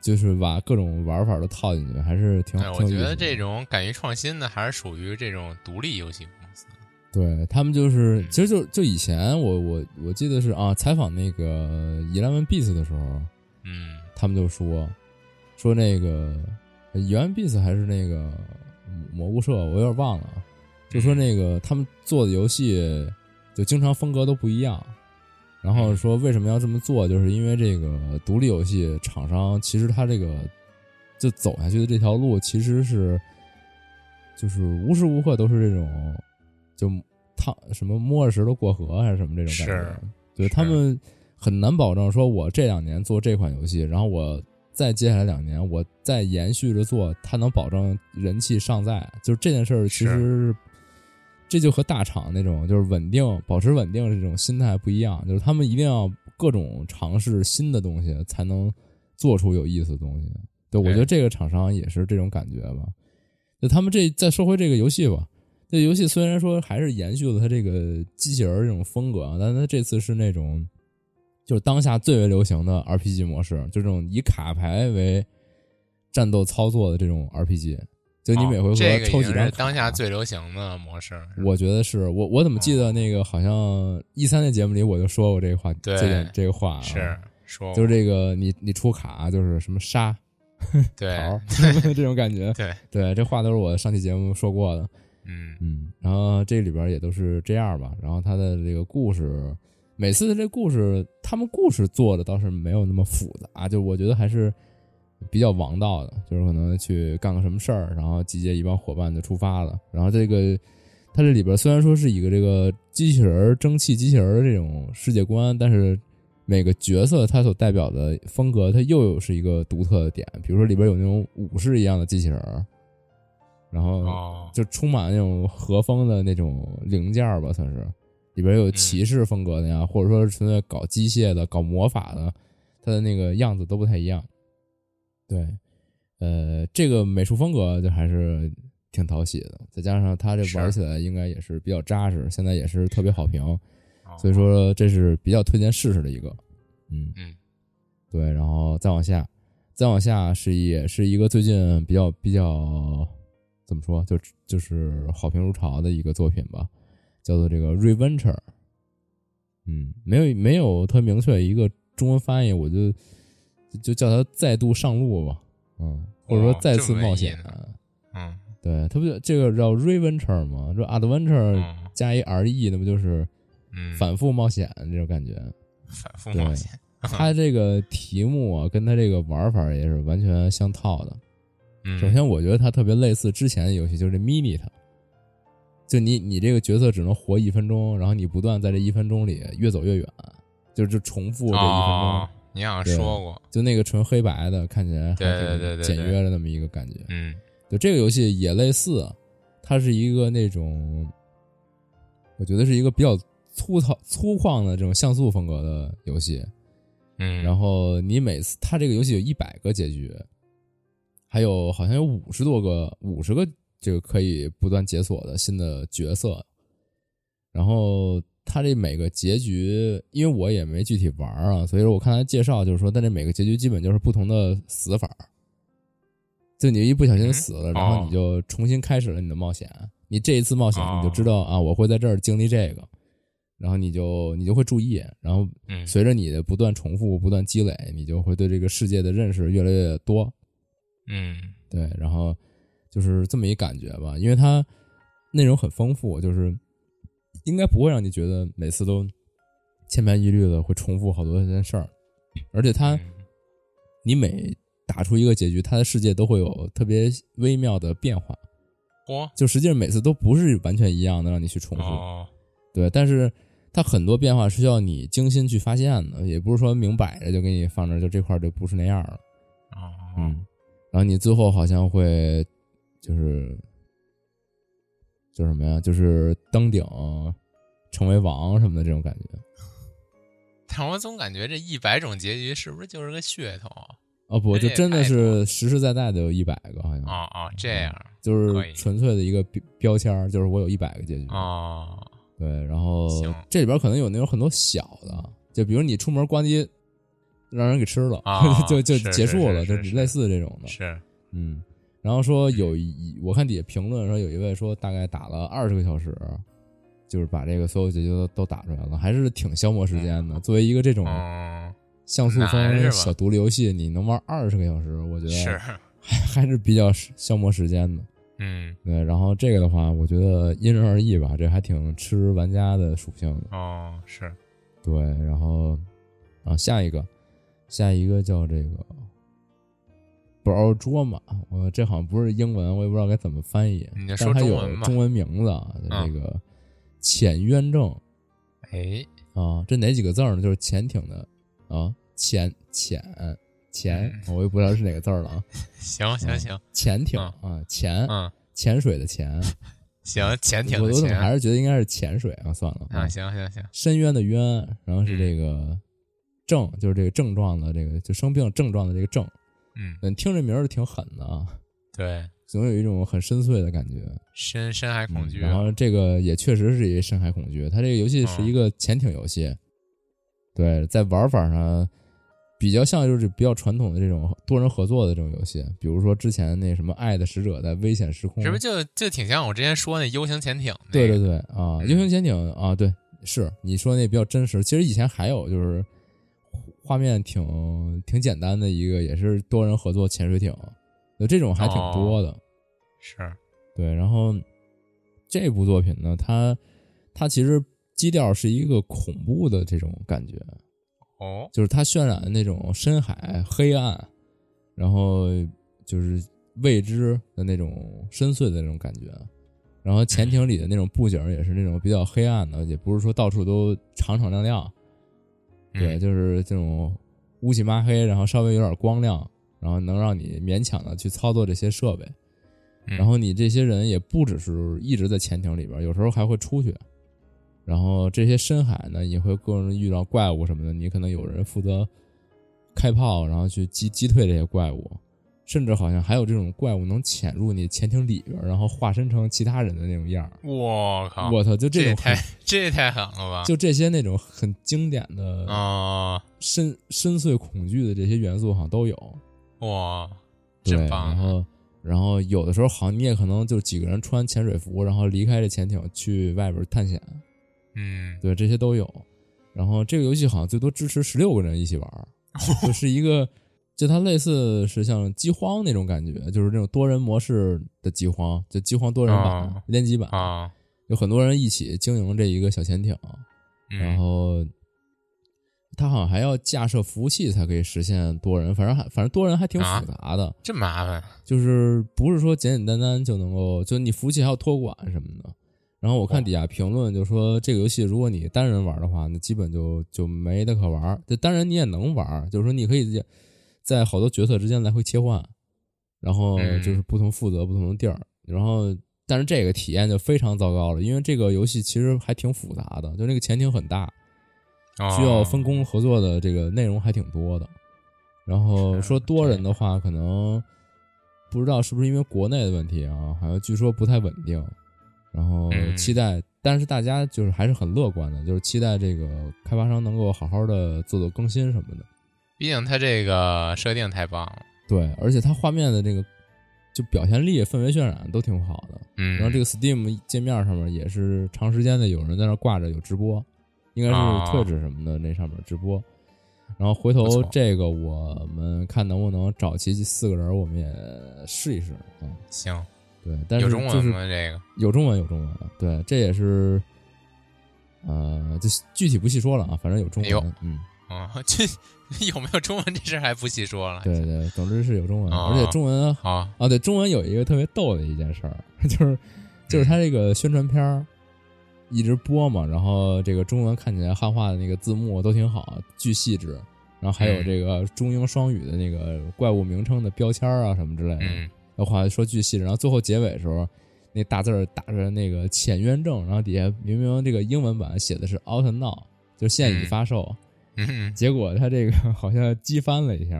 Speaker 5: 就是把各种玩法都套进去，还是挺
Speaker 6: 哎
Speaker 5: 好。
Speaker 6: 我
Speaker 5: 挺有
Speaker 6: 觉
Speaker 5: 意思
Speaker 6: 得
Speaker 5: 的
Speaker 6: 这种敢于创新的还是属于这种独立游戏公司。
Speaker 5: 对他们就是
Speaker 6: 嗯，
Speaker 5: 其实就就以前我我我记得是啊，采访那个 Eleven Beats 的时候，
Speaker 6: 嗯
Speaker 5: 他们就说说那个 Eleven Beats 还是那个蘑菇社，我有点忘了啊，就说那个他们做的游戏就经常风格都不一样，然后说为什么要这么做，就是因为这个独立游戏厂商其实它这个就走下去的这条路其实是就是无时无刻都是这种就趟什么摸着石头过河还是什么这种感
Speaker 6: 是
Speaker 5: 觉，对
Speaker 6: 是
Speaker 5: 他们很难保证说我这两年做这款游戏，然后我再接下来两年我再延续着做，它能保证人气尚在，就是这件事儿其实是这就和大厂那种就是稳定、保持稳定这种心态不一样，就是他们一定要各种尝试新的东西，才能做出有意思的东西。对，我
Speaker 6: 对
Speaker 5: 觉得这个厂商也是这种感觉吧。就他们这再说回这个游戏吧，这游戏虽然说还是延续了它这个机器人儿这种风格啊，但它这次是那种就是当下最为流行的 RPG 模式，就这种以卡牌为战斗操作的这种 RPG。就你每回合
Speaker 6: 哦这个已
Speaker 5: 抽
Speaker 6: 经
Speaker 5: 几张
Speaker 6: 是
Speaker 5: 卡
Speaker 6: 当下最流行的模式。
Speaker 5: 我觉得是我，我怎么记
Speaker 6: 啊
Speaker 5: 得那个好像一三的节目里我就说过这个话，
Speaker 6: 对
Speaker 5: 这点这个话、啊、
Speaker 6: 是，哦说
Speaker 5: 就是这个你你出卡啊就是什么杀桃
Speaker 6: 对
Speaker 5: 儿 这种感觉，
Speaker 6: 对，
Speaker 5: 对，这话都是我上期节目说过的，
Speaker 6: 嗯
Speaker 5: 嗯，然后这里边也都是这样吧，然后他的这个故事，每次的这故事，他们故事做的倒是没有那么复杂，就我觉得还是比较王道的，就是可能去干个什么事儿，然后集结一帮伙伴就出发了，然后这个。它这里边虽然说是一个这个机器人儿蒸汽机器人儿的这种世界观，但是每个角色它所代表的风格，它又有是一个独特的点。比如说里边有那种武士一样的机器人儿，然后
Speaker 6: 哦
Speaker 5: 嗯就充满那种和风的那种零件儿吧，算是里边有骑士风格的呀，或者说是纯粹搞机械的、搞魔法的，它的那个样子都不太一样。对，呃，这个美术风格就还是挺讨喜的，再加上它这
Speaker 6: 是
Speaker 5: 玩起来应该也是比较扎实，现在也是特别好评，
Speaker 6: 哦
Speaker 5: 所以说这是比较推荐试试的一个。嗯
Speaker 6: 嗯，
Speaker 5: 对，然后再往下，再往下是也是一个最近比较比较怎么说，就就是好评如潮的一个作品吧，叫做这个《Reventure》。嗯，没有没有特明确一个中文翻译，我就就就叫它再度上路吧，嗯，或者说
Speaker 6: 哦
Speaker 5: 再
Speaker 6: 这
Speaker 5: 次
Speaker 6: 么文
Speaker 5: 冒
Speaker 6: 艺
Speaker 5: 险。啊
Speaker 6: 呢嗯
Speaker 5: 对，它不就这个叫 Reventure 吗？这 Adventure
Speaker 6: 嗯
Speaker 5: 加一 R E，那不就是
Speaker 6: 嗯，啊
Speaker 5: 反复冒险这种感觉？
Speaker 6: 反复
Speaker 5: 对
Speaker 6: 冒险，
Speaker 5: 它这个题目啊，跟它这个玩法也是完全相套的。
Speaker 6: 嗯，
Speaker 5: 首先，我觉得它特别类似之前的游戏，就是这 Minute，就你你这个角色只能活一分钟，然后你不断在这一分钟里越走越远，就是就重复这一分钟，
Speaker 6: 哦，你好像
Speaker 5: 对
Speaker 6: 说过，
Speaker 5: 就那个纯黑白的，看起来还
Speaker 6: 对对对
Speaker 5: 挺
Speaker 6: 对
Speaker 5: 简
Speaker 6: 对
Speaker 5: 约的那么一个感觉。
Speaker 6: 嗯
Speaker 5: 就这个游戏也类似，它是一个那种，我觉得是一个比较粗糙粗犷的这种像素风格的游戏。
Speaker 6: 嗯，
Speaker 5: 然后你每次，它这个游戏有一百个结局，还有好像有五十多个、五十个这个可以不断解锁的新的角色。然后它这每个结局，因为我也没具体玩儿啊，所以说我看它介绍就是说，但这每个结局基本就是不同的死法儿，就你一不小心
Speaker 6: 嗯
Speaker 5: 死了，然后
Speaker 6: 哦
Speaker 5: 你就重新开始了你的冒险。你这一次冒险，
Speaker 6: 哦
Speaker 5: 你就知道啊，我会在这儿经历这个，然后你就你就会注意，然后
Speaker 6: 嗯
Speaker 5: 随着你的不断重复、不断积累，你就会对这个世界的认识越来越多。
Speaker 6: 嗯
Speaker 5: 对，然后就是这么一感觉吧，因为它内容很丰富，就是应该不会让你觉得每次都千篇一律的会重复好多件事儿，而且它、
Speaker 6: 嗯
Speaker 5: 你每打出一个结局，它的世界都会有特别微妙的变化，
Speaker 6: 嚯
Speaker 5: 就实际上每次都不是完全一样的，让你去重复。
Speaker 6: 哦
Speaker 5: 对，但是它很多变化是需要你精心去发现的，也不是说明摆着就给你放这儿，就这块儿就不是那样了。
Speaker 6: 哦，
Speaker 5: 嗯，然后你最后好像会就是就是什么呀，就是登顶成为王什么的这种感觉。
Speaker 6: 但我总感觉这一百种结局是不是就是个噱头啊？
Speaker 5: 哦不，
Speaker 6: 这
Speaker 5: 就
Speaker 6: 也
Speaker 5: 真的
Speaker 6: 太多
Speaker 5: 是
Speaker 6: 了
Speaker 5: 实实在在的有一百个，好像
Speaker 6: 哦哦，这
Speaker 5: 嗯
Speaker 6: 样
Speaker 5: 就
Speaker 6: 可
Speaker 5: 是
Speaker 6: 以
Speaker 5: 纯粹的一个标标签儿，就是我有一百个结局。
Speaker 6: 哦，
Speaker 5: 对，然后
Speaker 6: 行
Speaker 5: 这里边可能有那种很多小的，就比如你出门关机，让人给吃了，
Speaker 6: 啊
Speaker 5: 就就是结束了，
Speaker 6: 是是是
Speaker 5: 就类似这种的。
Speaker 6: 是
Speaker 5: 嗯，然后说有一，我看底下评论说有一位说大概打了二十个小时，就是把这个所有结局都都打出来了，还是挺消磨时间的。作为一个这种
Speaker 6: 嗯
Speaker 5: 像素
Speaker 6: 难是吧
Speaker 5: 风小独立游戏，你能玩二十个小时，我觉
Speaker 6: 是
Speaker 5: 得还是比较消磨时间的。
Speaker 6: 嗯
Speaker 5: 对，然后这个的话，我觉得因人而异吧，这还挺吃玩家的属性的。
Speaker 6: 哦是
Speaker 5: 对，然后啊，下一个，下一个叫这个 Bro d r a m a 我这好像不是英文，我也不知道该怎么翻译。
Speaker 6: 你就
Speaker 5: 但
Speaker 6: 说
Speaker 5: 它
Speaker 6: 中
Speaker 5: 有
Speaker 6: 文吧
Speaker 5: 中文名字啊，就
Speaker 6: 嗯
Speaker 5: 这个潜渊症
Speaker 6: 哎
Speaker 5: 啊，这哪几个字儿呢？就是潜艇的啊，潜潜潜，
Speaker 6: 嗯
Speaker 5: 我也不知道是哪个字儿了啊，
Speaker 6: 行行行
Speaker 5: 潜艇啊，潜
Speaker 6: 嗯
Speaker 5: 潜水的潜，
Speaker 6: 行潜艇
Speaker 5: 我
Speaker 6: 的
Speaker 5: 我怎么
Speaker 6: 潜
Speaker 5: 还是觉得应该是潜水啊？算了
Speaker 6: 啊行行行
Speaker 5: 深渊的渊，
Speaker 6: 嗯
Speaker 5: 然后是这个症，就是这个症状的这个就生病症状的这个症。
Speaker 6: 嗯
Speaker 5: 嗯，听这名儿挺狠的啊，
Speaker 6: 对
Speaker 5: 总有一种很深邃的感觉。嗯
Speaker 6: 深深海恐惧啊
Speaker 5: 然后这个也确实是一深海恐惧，它这个游戏
Speaker 6: 嗯
Speaker 5: 是一个潜艇游戏，对，在玩法上比较像就是比较传统的这种多人合作的这种游戏，比如说之前那什么《爱的使者》在危险时空，
Speaker 6: 是不是就就挺像我之前说那 U 型潜艇那个？
Speaker 5: 嗯对对对啊，幽灵潜艇啊，对，是你说那比较真实。其实以前还有就是画面挺挺简单的一个，也是多人合作潜水艇，就这种还挺多的。
Speaker 6: 是
Speaker 5: 对，然后这部作品呢，它它其实基调是一个恐怖的这种感觉，
Speaker 6: 哦
Speaker 5: 就是它渲染的那种深海黑暗，然后就是未知的那种深邃的那种感觉。然后潜艇里的那种布景儿也是那种比较黑暗的，也不是说到处都敞敞亮亮，对，
Speaker 6: 嗯
Speaker 5: 就是这种乌漆嘛黑，然后稍微有点光亮，然后能让你勉强的去操作这些设备。
Speaker 6: 嗯
Speaker 5: 然后你这些人也不只是一直在潜艇里边儿，有时候还会出去。然后这些深海呢，也会各种遇到怪物什么的，你可能有人负责开炮，然后去击击退这些怪物，甚至好像还有这种怪物能潜入你潜艇里边儿，然后化身成其他人的那种样儿。
Speaker 6: 我靠，
Speaker 5: 我操，就
Speaker 6: 啊这也
Speaker 5: 种很
Speaker 6: 太这也太狠了吧！
Speaker 5: 就这些那种很经典的
Speaker 6: 啊
Speaker 5: 深深邃恐惧的这些元素好像都有。
Speaker 6: 哇，
Speaker 5: 对，
Speaker 6: 真
Speaker 5: 然
Speaker 6: 棒！啊
Speaker 5: 后然后有的时候好像你也可能就几个人穿潜水服，然后离开这潜艇去外边探险，
Speaker 6: 嗯，
Speaker 5: 对，这些都有。然后这个游戏好像最多支持十六个人一起玩 儿，就是一个，就它类似是像饥荒那种感觉，就是那种多人模式的饥荒，就饥荒多人版、
Speaker 6: 哦
Speaker 5: 联机版，
Speaker 6: 啊，
Speaker 5: 有很多人一起经营这一个小潜艇，
Speaker 6: 嗯
Speaker 5: 然后它好像还要架设服务器才可以实现多人，反正还反正多人还挺
Speaker 6: 啊
Speaker 5: 复杂的，
Speaker 6: 真麻烦，
Speaker 5: 就是不是说简简单单就能够，就你服务器还有托管什么的。然后我看底下评论就说，这个游戏如果你单人玩的话，那基本就就没得可玩儿。就当然你也能玩儿，就是说你可以在好多角色之间来回切换，然后
Speaker 6: 嗯
Speaker 5: 就是不同负责不同的地儿。然后，但是这个体验就非常糟糕了，因为这个游戏其实还挺复杂的，就那个潜艇很大，
Speaker 6: 哦
Speaker 5: 需要分工合作的这个内容还挺多的。然后
Speaker 6: 是啊
Speaker 5: 说多人的话，可能不知道是不是因为国内的问题啊，好像据说不太稳定。然后
Speaker 6: 嗯
Speaker 5: 期待，但是大家就是还是很乐观的，就是期待这个开发商能够好好的做做更新什么的。
Speaker 6: 毕竟它这个设定太棒了，
Speaker 5: 对，而且它画面的这个就表现力、氛围渲染都挺好的。
Speaker 6: 嗯，
Speaker 5: 然后这个 Steam 界面上面也是长时间的有人在那儿挂着有直播，应该是
Speaker 6: 啊
Speaker 5: Twitch 什么的那上面直播。然后回
Speaker 6: 不
Speaker 5: 头
Speaker 6: 错
Speaker 5: 这个我们看能不能找齐四个人，我们也试一试。嗯，
Speaker 6: 行，
Speaker 5: 对，但是
Speaker 6: 有
Speaker 5: 就
Speaker 6: 中文
Speaker 5: 是
Speaker 6: 吗？这个
Speaker 5: 有中文，有中文。啊对，这也是，呃，就具体不细说了啊，反正有中
Speaker 6: 哎呦
Speaker 5: 文。嗯，
Speaker 6: 啊， 这有没有中文这事儿还不细说了，
Speaker 5: 对对，总之是有中文，
Speaker 6: 哎啊
Speaker 5: 而且中文
Speaker 6: 好，
Speaker 5: 啊，对，中文有一个特别逗的一件事儿， 就是就是它这个宣传片儿一直播嘛，然后这个中文看起来汉化的那个字幕都挺好，巨细致，然后还有
Speaker 6: 嗯
Speaker 5: 这个中英双语的那个怪物名称的标签儿啊什么之类的，
Speaker 6: 嗯，
Speaker 5: 然后好像说巨细致，然后最后结尾的时候。那大字儿打着那个潜冤证，然后底下明明这个英文版写的是 out now，就现
Speaker 6: 嗯
Speaker 5: 已发售，
Speaker 6: 嗯，
Speaker 5: 结果他这个 好像激翻了一下，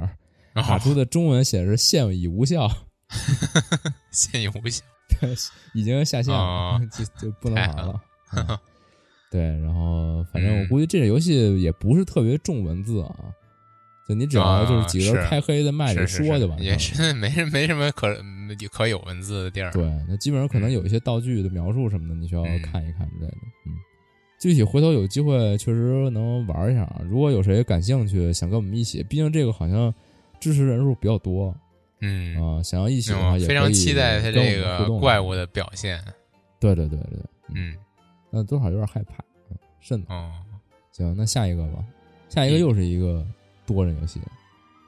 Speaker 6: 然后
Speaker 5: 打出的中文写的是现已无效，
Speaker 6: 现有无效，
Speaker 5: 已经下线了，
Speaker 6: 哦
Speaker 5: 就就不能玩
Speaker 6: 太狠
Speaker 5: 了。 嗯对，然后反正我
Speaker 6: 嗯
Speaker 5: 估计这个游戏也不是特别重文字啊，就你只要就是几个人
Speaker 6: 啊是
Speaker 5: 开黑在麦里
Speaker 6: 是是
Speaker 5: 说
Speaker 6: 是
Speaker 5: 就完事儿
Speaker 6: 也
Speaker 5: 了。
Speaker 6: 是没什没什么可嗯可有文字的地儿，
Speaker 5: 对，那基本上可能有一些道具的描述什么的，你需要
Speaker 6: 嗯
Speaker 5: 看一看之类的。嗯，具体回头有机会确实能玩一下啊。如果有谁感兴趣，想跟我们一起，毕竟这个好像支持人数比较多
Speaker 6: 嗯，
Speaker 5: 啊、想要一起的
Speaker 6: 那
Speaker 5: 话
Speaker 6: 我
Speaker 5: 也
Speaker 6: 非
Speaker 5: 可
Speaker 6: 常
Speaker 5: 以
Speaker 6: 期待它
Speaker 5: 跟我们
Speaker 6: 这个
Speaker 5: 互动啊
Speaker 6: 怪物的表现，
Speaker 5: 对对对对对，
Speaker 6: 嗯，
Speaker 5: 那多少有点害怕，嗯瘆得慌
Speaker 6: 哦，
Speaker 5: 行，那下一个吧，下一个
Speaker 6: 嗯
Speaker 5: 又是一个多人游戏，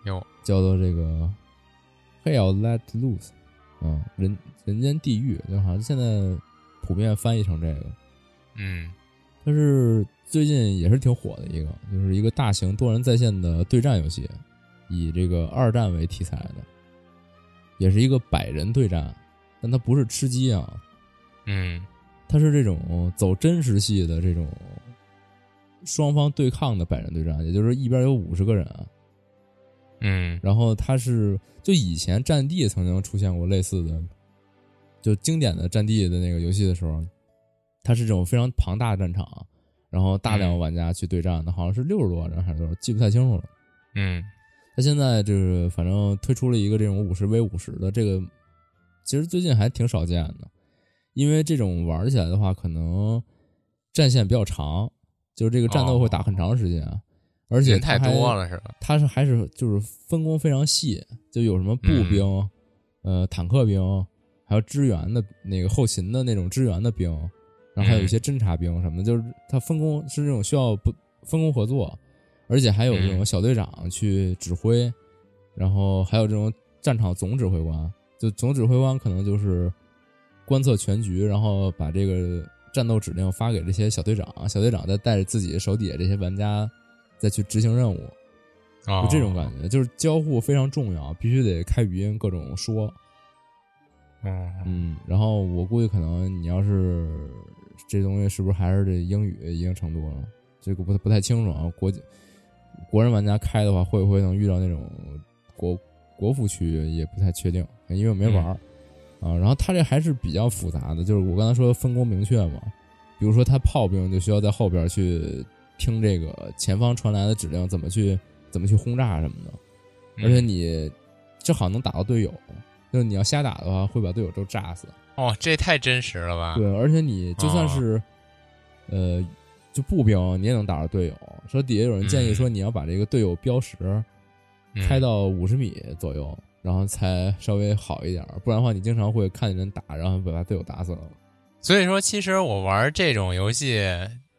Speaker 6: 有，
Speaker 5: 叫做这个《Hell Let Loose》，嗯，人人间地狱，就好像现在普遍翻译成这个。
Speaker 6: 嗯，
Speaker 5: 它是最近也是挺火的一个，就是一个大型多人在线的对战游戏，以这个二战为题材的，也是一个百人对战，但它不是吃鸡啊，
Speaker 6: 嗯，
Speaker 5: 它是这种走真实系的这种双方对抗的百人对战，也就是一边有五十个人，啊
Speaker 6: 嗯，
Speaker 5: 然后它是就以前战地曾经出现过类似的，就经典的战地的那个游戏的时候，它是这种非常庞大的战场，然后大量
Speaker 6: 嗯
Speaker 5: 玩家去对战的，好像是六十多人还是多少，记不太清楚了。
Speaker 6: 嗯，
Speaker 5: 它现在就是反正推出了一个这种五十 v 五十的这个，其实最近还挺少见的，因为这种玩起来的话，可能战线比较长，就是这个战斗会打很长时间，啊而
Speaker 6: 哦
Speaker 5: 且
Speaker 6: 人太
Speaker 5: 它还
Speaker 6: 多了是吧？
Speaker 5: 它是还是就是分工非常细，就有什么步兵、呃坦克兵，还有支援的那个后勤的那种支援的兵，然后还有一些侦察兵什么的，就是它分工是这种需要不分工合作，而且还有这种小队长去指挥，然后还有这种战场总指挥官，就总指挥官可能就是观测全局，然后把这个战斗指令发给这些小队长，小队长再带着自己手底下这些玩家再去执行任务。
Speaker 6: 哦
Speaker 5: 就，这种感觉，就是交互非常重要，必须得开语音各种说。
Speaker 6: 嗯，
Speaker 5: 嗯，然后我估计可能你要是这东西是不是还是这英语一定程度了，这个不不太清楚啊。国际国人玩家开的话，会不会能遇到那种国国服区域也不太确定，因为我没玩儿、啊。然后它这还是比较复杂的，就是我刚才说的分工明确嘛，比如说他炮兵就需要在后边去听这
Speaker 6: 嗯
Speaker 5: 个前方传来的指令，怎么去怎么去轰炸什么的。而且你正好能打到队友。就是你要瞎打的话，会把队友都炸死。
Speaker 6: 哦，这也太真实了吧？
Speaker 5: 对，而且你就
Speaker 6: 哦
Speaker 5: 算是、呃，就步兵，你也能打着队友。说底下有人建议说，
Speaker 6: 嗯
Speaker 5: 你要把这个队友标识
Speaker 6: 嗯
Speaker 5: 开到五十米左右，然后才稍微好一点儿，不然的话，你经常会看见人打，然后把他队友打死了。
Speaker 6: 所以说，其实我玩这种游戏，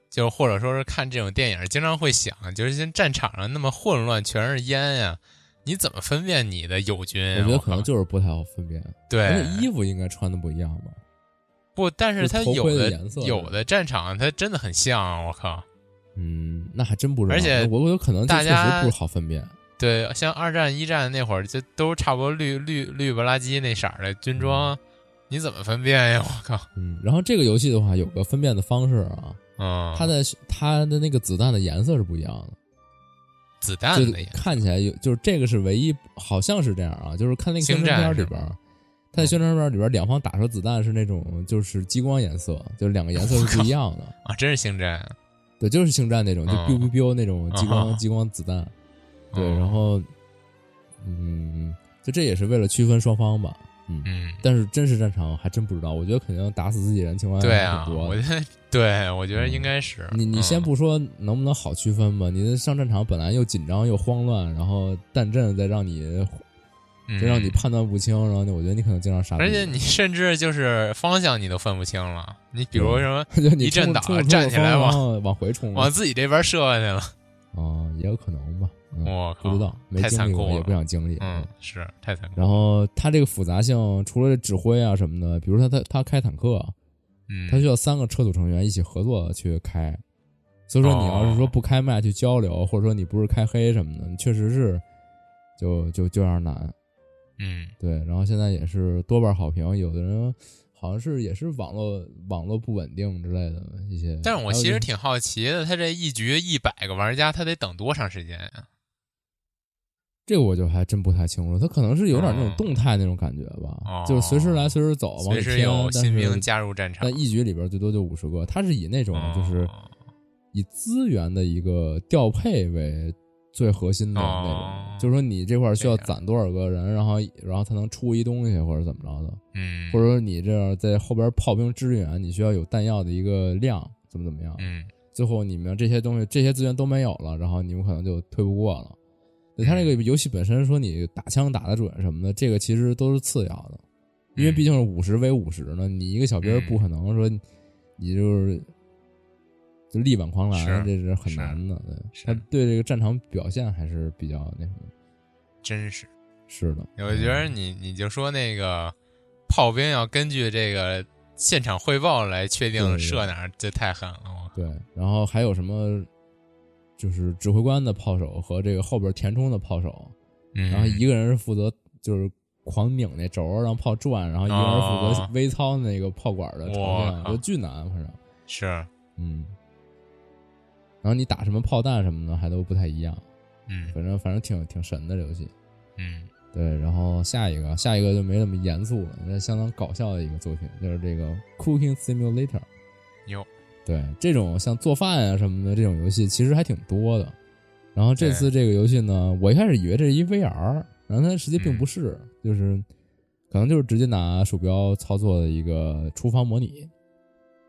Speaker 6: 就或者说是看这种电影，经常会想，就是像战场上那么混乱，全是烟呀、你怎么分辨你的友军
Speaker 5: 我
Speaker 6: 啊、
Speaker 5: 觉得可
Speaker 6: 靠
Speaker 5: 能就是不太好分辨，而且
Speaker 6: 对
Speaker 5: 衣服应该穿的不一样吧？
Speaker 6: 不，但是它
Speaker 5: 就头
Speaker 6: 有
Speaker 5: 盔的
Speaker 6: 的
Speaker 5: 颜色
Speaker 6: 有的战场它真的很像，我靠！
Speaker 5: 嗯，那还真不知道。
Speaker 6: 而且
Speaker 5: 我我有可能就
Speaker 6: 大
Speaker 5: 确
Speaker 6: 家
Speaker 5: 实不好分辨。
Speaker 6: 对，像二战、一战那会儿，就都差不多绿绿绿不拉几那色儿的军装，你怎么分辨呀？我靠！
Speaker 5: 嗯，然后这个游戏的话，有个分辨的方式啊，
Speaker 6: 嗯，
Speaker 5: 它的它的那个子弹的颜色是不一样的。
Speaker 6: 子弹
Speaker 5: 就
Speaker 6: 的呀，
Speaker 5: 看起来有，就是这个是唯一，好像是这样啊，就是看那个宣传片里
Speaker 6: 星战
Speaker 5: 边
Speaker 6: 是
Speaker 5: 儿，它的宣传片里边儿两方打出子弹是那种就是激光颜色，就是两个颜色是不一样 的，
Speaker 6: 啊，真是星战啊！
Speaker 5: 对，就是星战那种，就
Speaker 6: 嗯
Speaker 5: biu biu biu 那种激光、
Speaker 6: 嗯
Speaker 5: 激光子弹，对，
Speaker 6: 嗯
Speaker 5: 然后嗯，就这也是为了区分双方吧，嗯，
Speaker 6: 嗯，
Speaker 5: 但是真实战场还真不知道，我觉得肯定打死自己人情况
Speaker 6: 对
Speaker 5: 下
Speaker 6: 啊，
Speaker 5: 很多
Speaker 6: 我
Speaker 5: 的。
Speaker 6: 觉得对，我觉得应该是
Speaker 5: 你你先
Speaker 6: 嗯
Speaker 5: 不说能不能好区分吧，你的上战场本来又紧张又慌乱，然后战阵再让你就让你
Speaker 6: 嗯
Speaker 5: 判断不清，然后我觉得你可能经常杀。
Speaker 6: 而且你甚至就是方向你都分不清了。你比如
Speaker 5: 嗯
Speaker 6: 什么
Speaker 5: 就你
Speaker 6: 一阵
Speaker 5: 冲
Speaker 6: 倒
Speaker 5: 冲着冲
Speaker 6: 站
Speaker 5: 着
Speaker 6: 起来
Speaker 5: 风
Speaker 6: 往
Speaker 5: 然后往回冲，
Speaker 6: 往自己这边射过去了，
Speaker 5: 哦，也有可能吧，嗯，
Speaker 6: 我靠，
Speaker 5: 不知道，没
Speaker 6: 太
Speaker 5: 经
Speaker 6: 残
Speaker 5: 历
Speaker 6: 酷
Speaker 5: 过，
Speaker 6: 了，
Speaker 5: 也不想经历。
Speaker 6: 嗯，是太残酷。
Speaker 5: 然后它这个复杂性，除了指挥啊什么的，比如说他他开坦克，啊
Speaker 6: 嗯，
Speaker 5: 他需要三个车组成员一起合作去开，所以说你要是
Speaker 6: 哦
Speaker 5: 说不开麦去交流，或者说你不是开黑什么的，你确实是就就就有点难。
Speaker 6: 嗯
Speaker 5: 对，然后现在也是多半好评，有的人好像是也是网络网络不稳定之类的一些。
Speaker 6: 但是我
Speaker 5: 还有
Speaker 6: 其
Speaker 5: 就
Speaker 6: 实
Speaker 5: 是
Speaker 6: 挺好奇的，他这一局一百个玩家，他得等多长时间呀、
Speaker 5: 这个我就还真不太清楚，它可能是有点那种
Speaker 6: 哦
Speaker 5: 动态那种感觉吧，
Speaker 6: 哦
Speaker 5: 就是随时来随时走，哦往
Speaker 6: 随
Speaker 5: 里
Speaker 6: 时
Speaker 5: 偏
Speaker 6: 有
Speaker 5: 但
Speaker 6: 新
Speaker 5: 是
Speaker 6: 兵加入战场，
Speaker 5: 但一局里边最多就五十个，它是以那种就是
Speaker 6: 哦
Speaker 5: 以资源的一个调配为最核心的那种，
Speaker 6: 哦
Speaker 5: 就是说你这块儿需要
Speaker 6: 这
Speaker 5: 攒多少个人，然后然后才能出一东西或者怎么着的，
Speaker 6: 嗯，
Speaker 5: 或者说你这样在后边炮兵支援，你需要有弹药的一个量，怎么怎么样，
Speaker 6: 嗯
Speaker 5: 最后你们这些东西这些资源都没有了，然后你们可能就推不过了。对他这
Speaker 6: 嗯
Speaker 5: 个游戏本身说你打枪打得准什么的，这个其实都是次要的，因为
Speaker 6: 嗯
Speaker 5: 毕竟是五十 v 五十呢，你一个小兵儿
Speaker 6: 嗯
Speaker 5: 不可能说你你就是就力挽狂澜，
Speaker 6: 是
Speaker 5: 这是很难的。对，
Speaker 6: 是
Speaker 5: 他对这个战场表现还是比较那什么，
Speaker 6: 真是。
Speaker 5: 是的。
Speaker 6: 我觉
Speaker 5: 嗯
Speaker 6: 得你你就说那个炮兵要根据这个现场汇报来确定
Speaker 5: 对
Speaker 6: 射哪儿，这太狠了。我
Speaker 5: 对，然后还有什么就是指挥官的炮手和这个后边填充的炮手，
Speaker 6: 嗯，
Speaker 5: 然后一个人是负责就是狂拧那轴儿让炮转，然后一个人负责
Speaker 6: 哦
Speaker 5: 微操那个炮管的朝
Speaker 6: 我
Speaker 5: 向，
Speaker 6: 靠
Speaker 5: 就巨难，反正
Speaker 6: 是
Speaker 5: 嗯。然后你打什么炮弹什么的还都不太一样，
Speaker 6: 嗯
Speaker 5: 反正反正挺挺神的这游戏。
Speaker 6: 嗯
Speaker 5: 对，然后下一个下一个就没那么严肃了，那相当搞笑的一个作品就是这个 Cooking Simulator。
Speaker 6: 哟
Speaker 5: 对，这种像做饭啊什么的这种游戏其实还挺多的。然后这次这个游戏呢，我一开始以为这是一 VR，然后它实际并不是，就是可能就是直接拿鼠标操作的一个厨房模拟。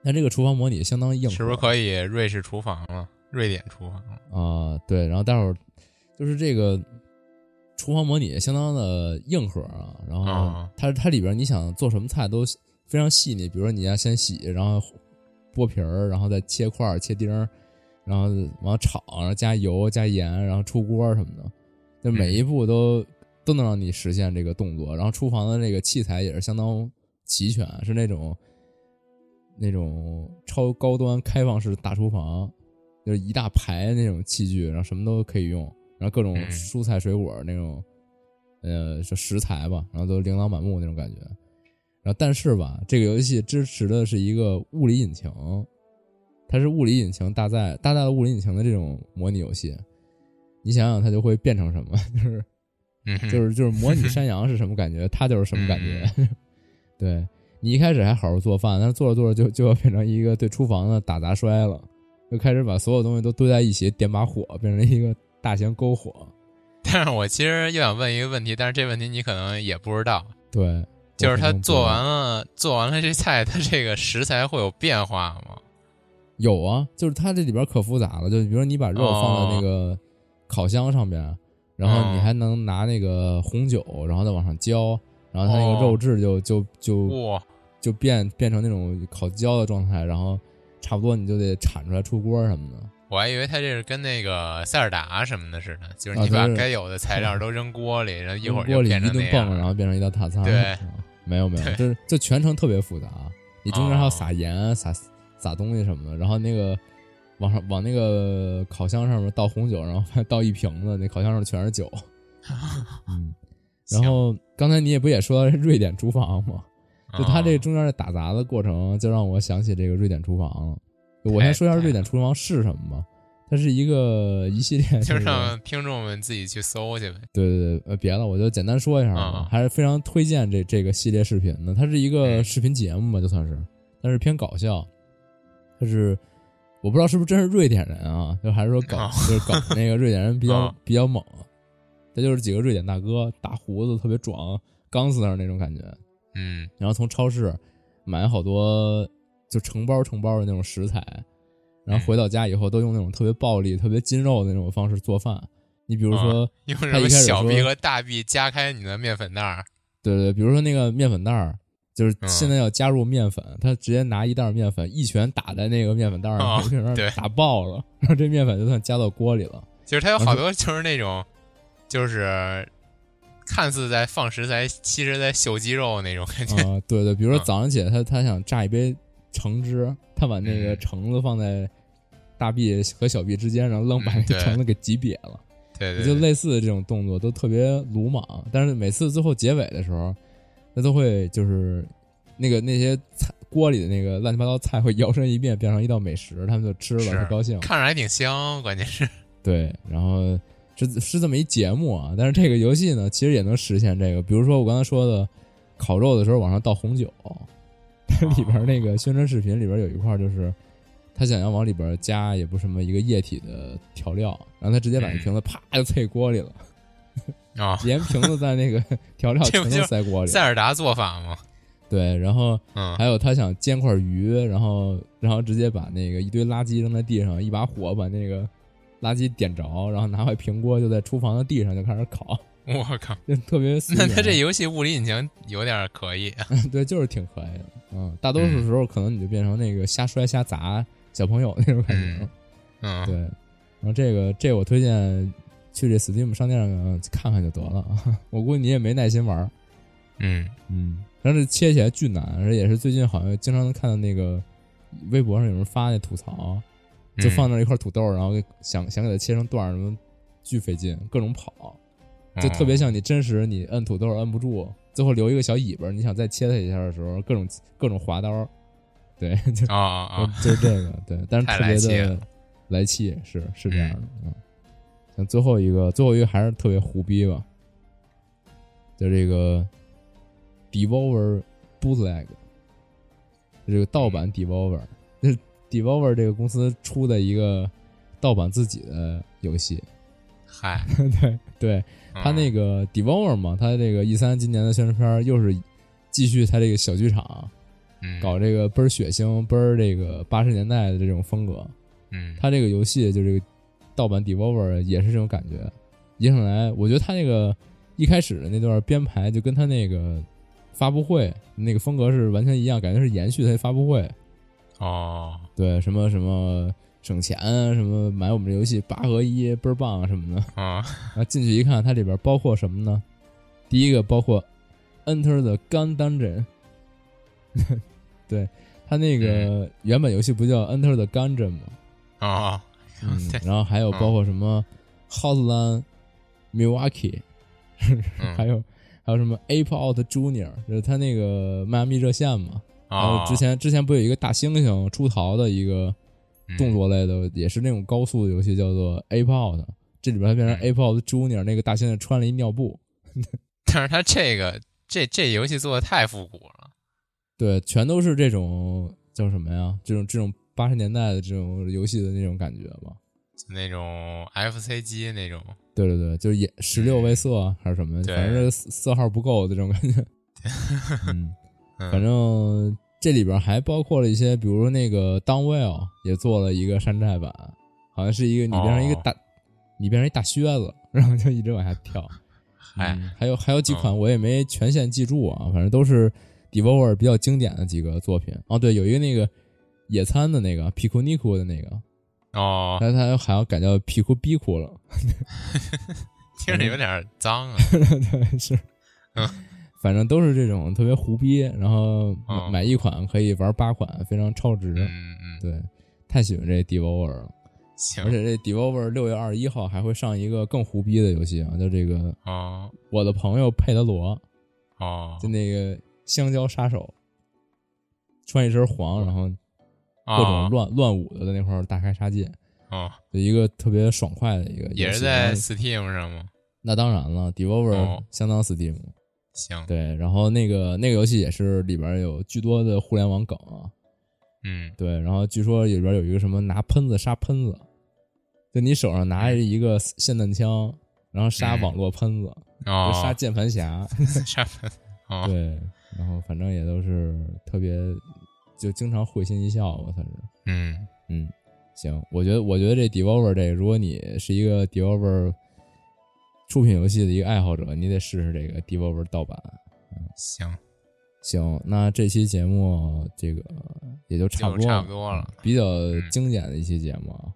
Speaker 5: 但这个厨房模拟相当硬核，
Speaker 6: 是不是可以瑞士厨房了？瑞典厨房了？
Speaker 5: 啊、对，然后待会儿就是这个厨房模拟相当的硬核啊，然后
Speaker 6: 啊
Speaker 5: 它它里边你想做什么菜都非常细腻，比如说你要先洗，然后剥皮儿，然后再切块儿、切丁儿，然后往炒，然后加油、加盐，然后出锅什么的，就每一步都、都能让你实现这个动作。然后厨房的这个器材也是相当齐全，是那种那种超高端开放式大厨房，就是一大排那种器具，然后什么都可以用，然后各种
Speaker 6: 嗯
Speaker 5: 蔬菜水果那种，呃，就食材吧，然后都琳琅满目那种感觉。然后但是吧，这个游戏支持的是一个物理引擎，它是物理引擎搭载搭载了物理引擎的这种模拟游戏。你想想，它就会变成什么？ 就是
Speaker 6: 嗯嗯哼，
Speaker 5: 就是就是模拟山羊是什么感觉，它就是什么感觉。 对你一开始还好好做饭，但是做着做着就就要变成一个对厨房的打杂摔了，就开始把所有东西都堆在一起，点把火，变成一个大型篝火。
Speaker 6: 但是我其实又想问一个问题，但是这问题你可能也不知道，
Speaker 5: 对，
Speaker 6: 就是他
Speaker 5: 我可能不
Speaker 6: 做完了做完了这菜，他这个食材会有变化吗？
Speaker 5: 有啊，就是它这里边可复杂了，就比如说你把肉放在那个烤箱上边，然后你
Speaker 6: 哦
Speaker 5: 还能拿那个红酒，然后再往上浇，然后它那
Speaker 6: 哦
Speaker 5: 个肉质就就就
Speaker 6: 哇，
Speaker 5: 就变变成那种烤焦的状态，然后差不多你就得铲出来出锅什么的。
Speaker 6: 我还以为他这是跟那个塞尔达什么的似的，就是
Speaker 5: 啊
Speaker 6: 你把
Speaker 5: 就是
Speaker 6: 该有的材料都扔锅里，然后一会儿
Speaker 5: 锅
Speaker 6: 就
Speaker 5: 里
Speaker 6: 变
Speaker 5: 一
Speaker 6: 成
Speaker 5: 顿
Speaker 6: 那样
Speaker 5: 蹦，然后变成一道大餐。
Speaker 6: 对
Speaker 5: 啊没有没有，
Speaker 6: 对
Speaker 5: 就是就全程特别复杂，你中间还要
Speaker 6: 哦
Speaker 5: 撒盐、撒撒东西什么的，然后那个往上往那个烤箱上面倒红酒，然后还倒一瓶子，那烤箱上全是酒。嗯，然后刚才你也不也说瑞典厨房吗？就它这
Speaker 6: 哦
Speaker 5: 中间的打杂的过程，就让我想起这个瑞典厨房了。我先说一下
Speaker 6: 太
Speaker 5: 瑞典厨房是什么吧，它是一个一系列
Speaker 6: 就
Speaker 5: 这个
Speaker 6: 让听众们自己去搜去呗。
Speaker 5: 对对对，呃，别了，我就简单说一下吧，
Speaker 6: 啊嗯
Speaker 5: 还是非常推荐这这个系列视频的。它是一个视频节目吧，就算是，但是偏搞笑。它是我不知道是不是真是瑞典人啊，就还是说搞、
Speaker 6: 啊
Speaker 5: 就是搞那个瑞典人比较、
Speaker 6: 啊
Speaker 5: 比较猛。这就是几个瑞典大哥，大胡子特别壮，钢丝儿那种感觉。
Speaker 6: 嗯，
Speaker 5: 然后从超市买好多就成包成包的那种食材，然
Speaker 6: 嗯
Speaker 5: 后回到家以后都用那种特别暴力、特别筋肉的那种方式做饭。你比如
Speaker 6: 啊
Speaker 5: 说。
Speaker 6: 用什
Speaker 5: 他一
Speaker 6: 么
Speaker 5: 开始
Speaker 6: 小
Speaker 5: 说
Speaker 6: 臂和大臂夹开你的面粉袋儿？
Speaker 5: 对对，对比如说那个面粉袋儿，就是
Speaker 6: 嗯
Speaker 5: 现在要加入面粉，他直接拿一袋儿面粉一拳打在那个面粉袋儿上，
Speaker 6: 哦
Speaker 5: 把面粉袋
Speaker 6: 对
Speaker 5: 儿打爆了，然后这面粉就算加到锅 里了。
Speaker 6: 就是它有好
Speaker 5: 嗯
Speaker 6: 多就是那种，就是看似在放食材，其实在秀肌肉那种感觉。
Speaker 5: 啊、对对，比如说
Speaker 6: 嗯
Speaker 5: 早上起来他他想榨一杯橙汁，他把那个
Speaker 6: 嗯
Speaker 5: 橙子放在大臂和小臂之间，然后愣把
Speaker 6: 嗯
Speaker 5: 那个
Speaker 6: 对
Speaker 5: 橙子给挤瘪了。
Speaker 6: 对对
Speaker 5: 就
Speaker 6: 对，
Speaker 5: 类似的这种动作都特别鲁莽，但是每次最后结尾的时候，他都会就是那个那些菜锅里的那个乱七八糟菜会摇身一变变成一道美食，他们就吃
Speaker 6: 是
Speaker 5: 了，特高兴。
Speaker 6: 看着还挺香，关键是
Speaker 5: 对，然后是是这么一节目啊，但是这个游戏呢，其实也能实现这个，比如说我刚才说的烤肉的时候往上倒红酒，它里边那个宣传视频里边有一块就是。他想要往里边加也不是什么一个液体的调料，然后他直接把
Speaker 6: 嗯
Speaker 5: 那瓶子啪就啐锅里了，
Speaker 6: 啊，
Speaker 5: 连瓶子 在那个调料全都塞锅里
Speaker 6: 哦塞。尔达做法嘛，
Speaker 5: 对，然后
Speaker 6: 嗯
Speaker 5: 还，有他想煎块鱼，然后然后直接把那个一堆垃圾扔在地上，一把火把那个垃圾点着，然后拿块平锅就在厨房的地上就开始烤，
Speaker 6: 我靠，
Speaker 5: 就 特别随
Speaker 6: 那
Speaker 5: 缘。
Speaker 6: 他这游戏物理引擎有点可以，
Speaker 5: 对就是挺可爱的，嗯，大多数时候可能你就变成那个瞎摔瞎砸小朋友那种感觉。
Speaker 6: 嗯嗯，
Speaker 5: 对，然后这个这我推荐去这 Steam 商店上看看就得了啊，我估计你也没耐心玩儿。
Speaker 6: 嗯，
Speaker 5: 嗯，但是切起来巨难，而且也是最近好像经常能看到那个微博上有人发那吐槽，就放那一块土豆，然后给想想给它切成段儿，什么巨费劲，各种跑，就特别像你真实你摁土豆摁不住，最后留一个小尾巴，你想再切它一下的时候，各种各种划刀，对， 就、
Speaker 6: 啊啊，哦
Speaker 5: 嗯就是这个，对，但是
Speaker 6: 太
Speaker 5: 特别
Speaker 6: 来气
Speaker 5: 的
Speaker 6: 了
Speaker 5: 来气，是是这样的，嗯，像最后一个，最后一个还是特别胡逼吧，就这个 Devolver Bootleg，这个盗
Speaker 6: 嗯
Speaker 5: 版 Devolver，就是 Devolver 这个公司出的一个盗版自己的游戏，
Speaker 6: 嗨，
Speaker 5: 对对，他那
Speaker 6: 个
Speaker 5: 个 Devolver 嘛，他这个 E 三今年的宣传片儿又是继续他这个小剧场，
Speaker 6: 嗯
Speaker 5: 搞这个倍儿血腥、倍儿这个八十年代的这种风格。
Speaker 6: 嗯，
Speaker 5: 它这个游戏就这个盗版 Devolver 也是这种感觉。引上来，我觉得它那个一开始的那段编排就跟它那个发布会那个风格是完全一样，感觉是延续它的发布会。
Speaker 6: 哦，
Speaker 5: 对，什么什么省钱啊，什么买我们这游戏八合一倍儿棒啊什么的。
Speaker 6: 啊，
Speaker 5: 然后进去一看，它里边包括什么呢？第一个包括 Enter the Gun Dungeon，对，它那个原本游戏不叫 Enter the Gungeon 吗？
Speaker 6: 哦，
Speaker 5: 嗯
Speaker 6: 对，
Speaker 5: 然后还有包括什么 Hotline Milwaukee，、还
Speaker 6: 嗯，
Speaker 5: 有还有什么 Ape Out Junior，就是它那个迈阿密热线嘛。然
Speaker 6: 哦，
Speaker 5: 后之前之前不有一个大猩猩出逃的一个
Speaker 6: 嗯
Speaker 5: 动作类的，也是那种高速的游戏，叫做 Ape Out。这里边它变成
Speaker 6: 嗯
Speaker 5: Ape Out Junior，那个大猩猩穿了一尿布。
Speaker 6: 但是他这个这这游戏做的太复古了，
Speaker 5: 对，全都是这种叫什么呀？这种这种八十年代的这种游戏的那种感觉吧。
Speaker 6: 就那种 FC 机那种，
Speaker 5: 对对对，就是也十六位色啊还是什么，
Speaker 6: 对
Speaker 5: 反正这色色号不够的这种感 觉。嗯，
Speaker 6: 嗯，
Speaker 5: 反正这里边还包括了一些，比如说那个 Downwell 也做了一个山寨版，好像是一个你变成一个
Speaker 6: 哦
Speaker 5: 大，你变成一大靴子，然后就一直往下跳。
Speaker 6: 哎
Speaker 5: 嗯，还有还有几款我也没全线记住啊，反正都是 Devour 比较经典的几个作品。哦，对，有一个那个野餐的那个 Piku Niku 的那个，
Speaker 6: 哦，
Speaker 5: 但是它好像改叫 Piku Biku 了。
Speaker 6: 听着有点脏啊，
Speaker 5: 对，是，
Speaker 6: 嗯，
Speaker 5: 反正都是这种特别胡逼，然后买,、
Speaker 6: 嗯
Speaker 5: 买一款可以玩八款，非常超值。
Speaker 6: 嗯嗯，
Speaker 5: 对，太喜欢这 Devour 了，
Speaker 6: 行
Speaker 5: 而，且这 Devour 六月二十一号还会上一个更胡逼的游戏啊，叫这个
Speaker 6: 哦
Speaker 5: 我的朋友佩德罗，
Speaker 6: 哦
Speaker 5: 就那个香蕉杀手，穿一身黄，然后各种
Speaker 6: 哦
Speaker 5: 乱、乱舞的在那块儿大开杀戒，
Speaker 6: 哦，
Speaker 5: 就一个特别爽快的一个游戏。
Speaker 6: 也是
Speaker 5: 然
Speaker 6: 在
Speaker 5: 后
Speaker 6: Steam 上吗？
Speaker 5: 那当然了，Devour
Speaker 6: 哦
Speaker 5: 相当 Steam，、
Speaker 6: 行，
Speaker 5: 对，然后那个那个游戏也是里边有巨多的互联网梗啊，
Speaker 6: 嗯，
Speaker 5: 对，然后据说里边有一个什么拿喷子杀喷子，就你手上拿着一个霰弹枪，然后杀
Speaker 6: 嗯
Speaker 5: 网络喷子，
Speaker 6: 哦
Speaker 5: 就，杀键盘侠，
Speaker 6: 沙发，哦，
Speaker 5: 对，然后反正也都是特别，就经常会心一笑吧，算是，
Speaker 6: 嗯，
Speaker 5: 嗯，行，我觉得我觉得这 Devolver 这，如果你是一个 Devolver 出品游戏的一个爱好者，你得试试这个 Devolver 盗版。
Speaker 6: 行，
Speaker 5: 行，那这期节目这个也就差不多
Speaker 6: 就差不多了嗯
Speaker 5: 比较经典的一期节目。啊。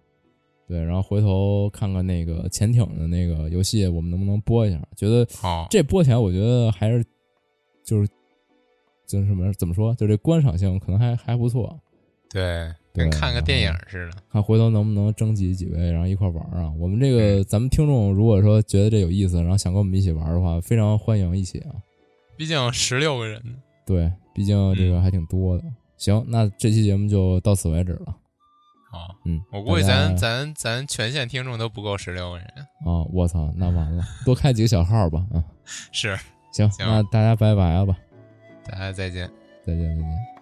Speaker 5: 对，然后回头看看那个潜艇的那个游戏，我们能不能播一下？觉得
Speaker 6: 好，
Speaker 5: 这播起来，我觉得还是就是就是什么怎么说，就这观赏性可能还还不错。
Speaker 6: 对，跟
Speaker 5: 对
Speaker 6: 看个电影似的，
Speaker 5: 看回头能不能征集几位，然后一块玩儿啊？我们这
Speaker 6: 嗯
Speaker 5: 个咱们听众如果说觉得这有意思，然后想跟我们一起玩儿的话，非常欢迎一起啊。
Speaker 6: 毕竟十六个人呢，
Speaker 5: 对，毕竟这
Speaker 6: 嗯
Speaker 5: 个还挺多的。行，那这期节目就到此为止了。
Speaker 6: 好，
Speaker 5: 嗯，
Speaker 6: 哦我估计
Speaker 5: 大家
Speaker 6: 咱咱咱全线听众都不够十六个人，
Speaker 5: 啊，我操，那完了，多开几个小号吧啊！
Speaker 6: 是，
Speaker 5: 行，
Speaker 6: 行
Speaker 5: 那大家拜拜了吧，
Speaker 6: 大家再见。
Speaker 5: 再见再见。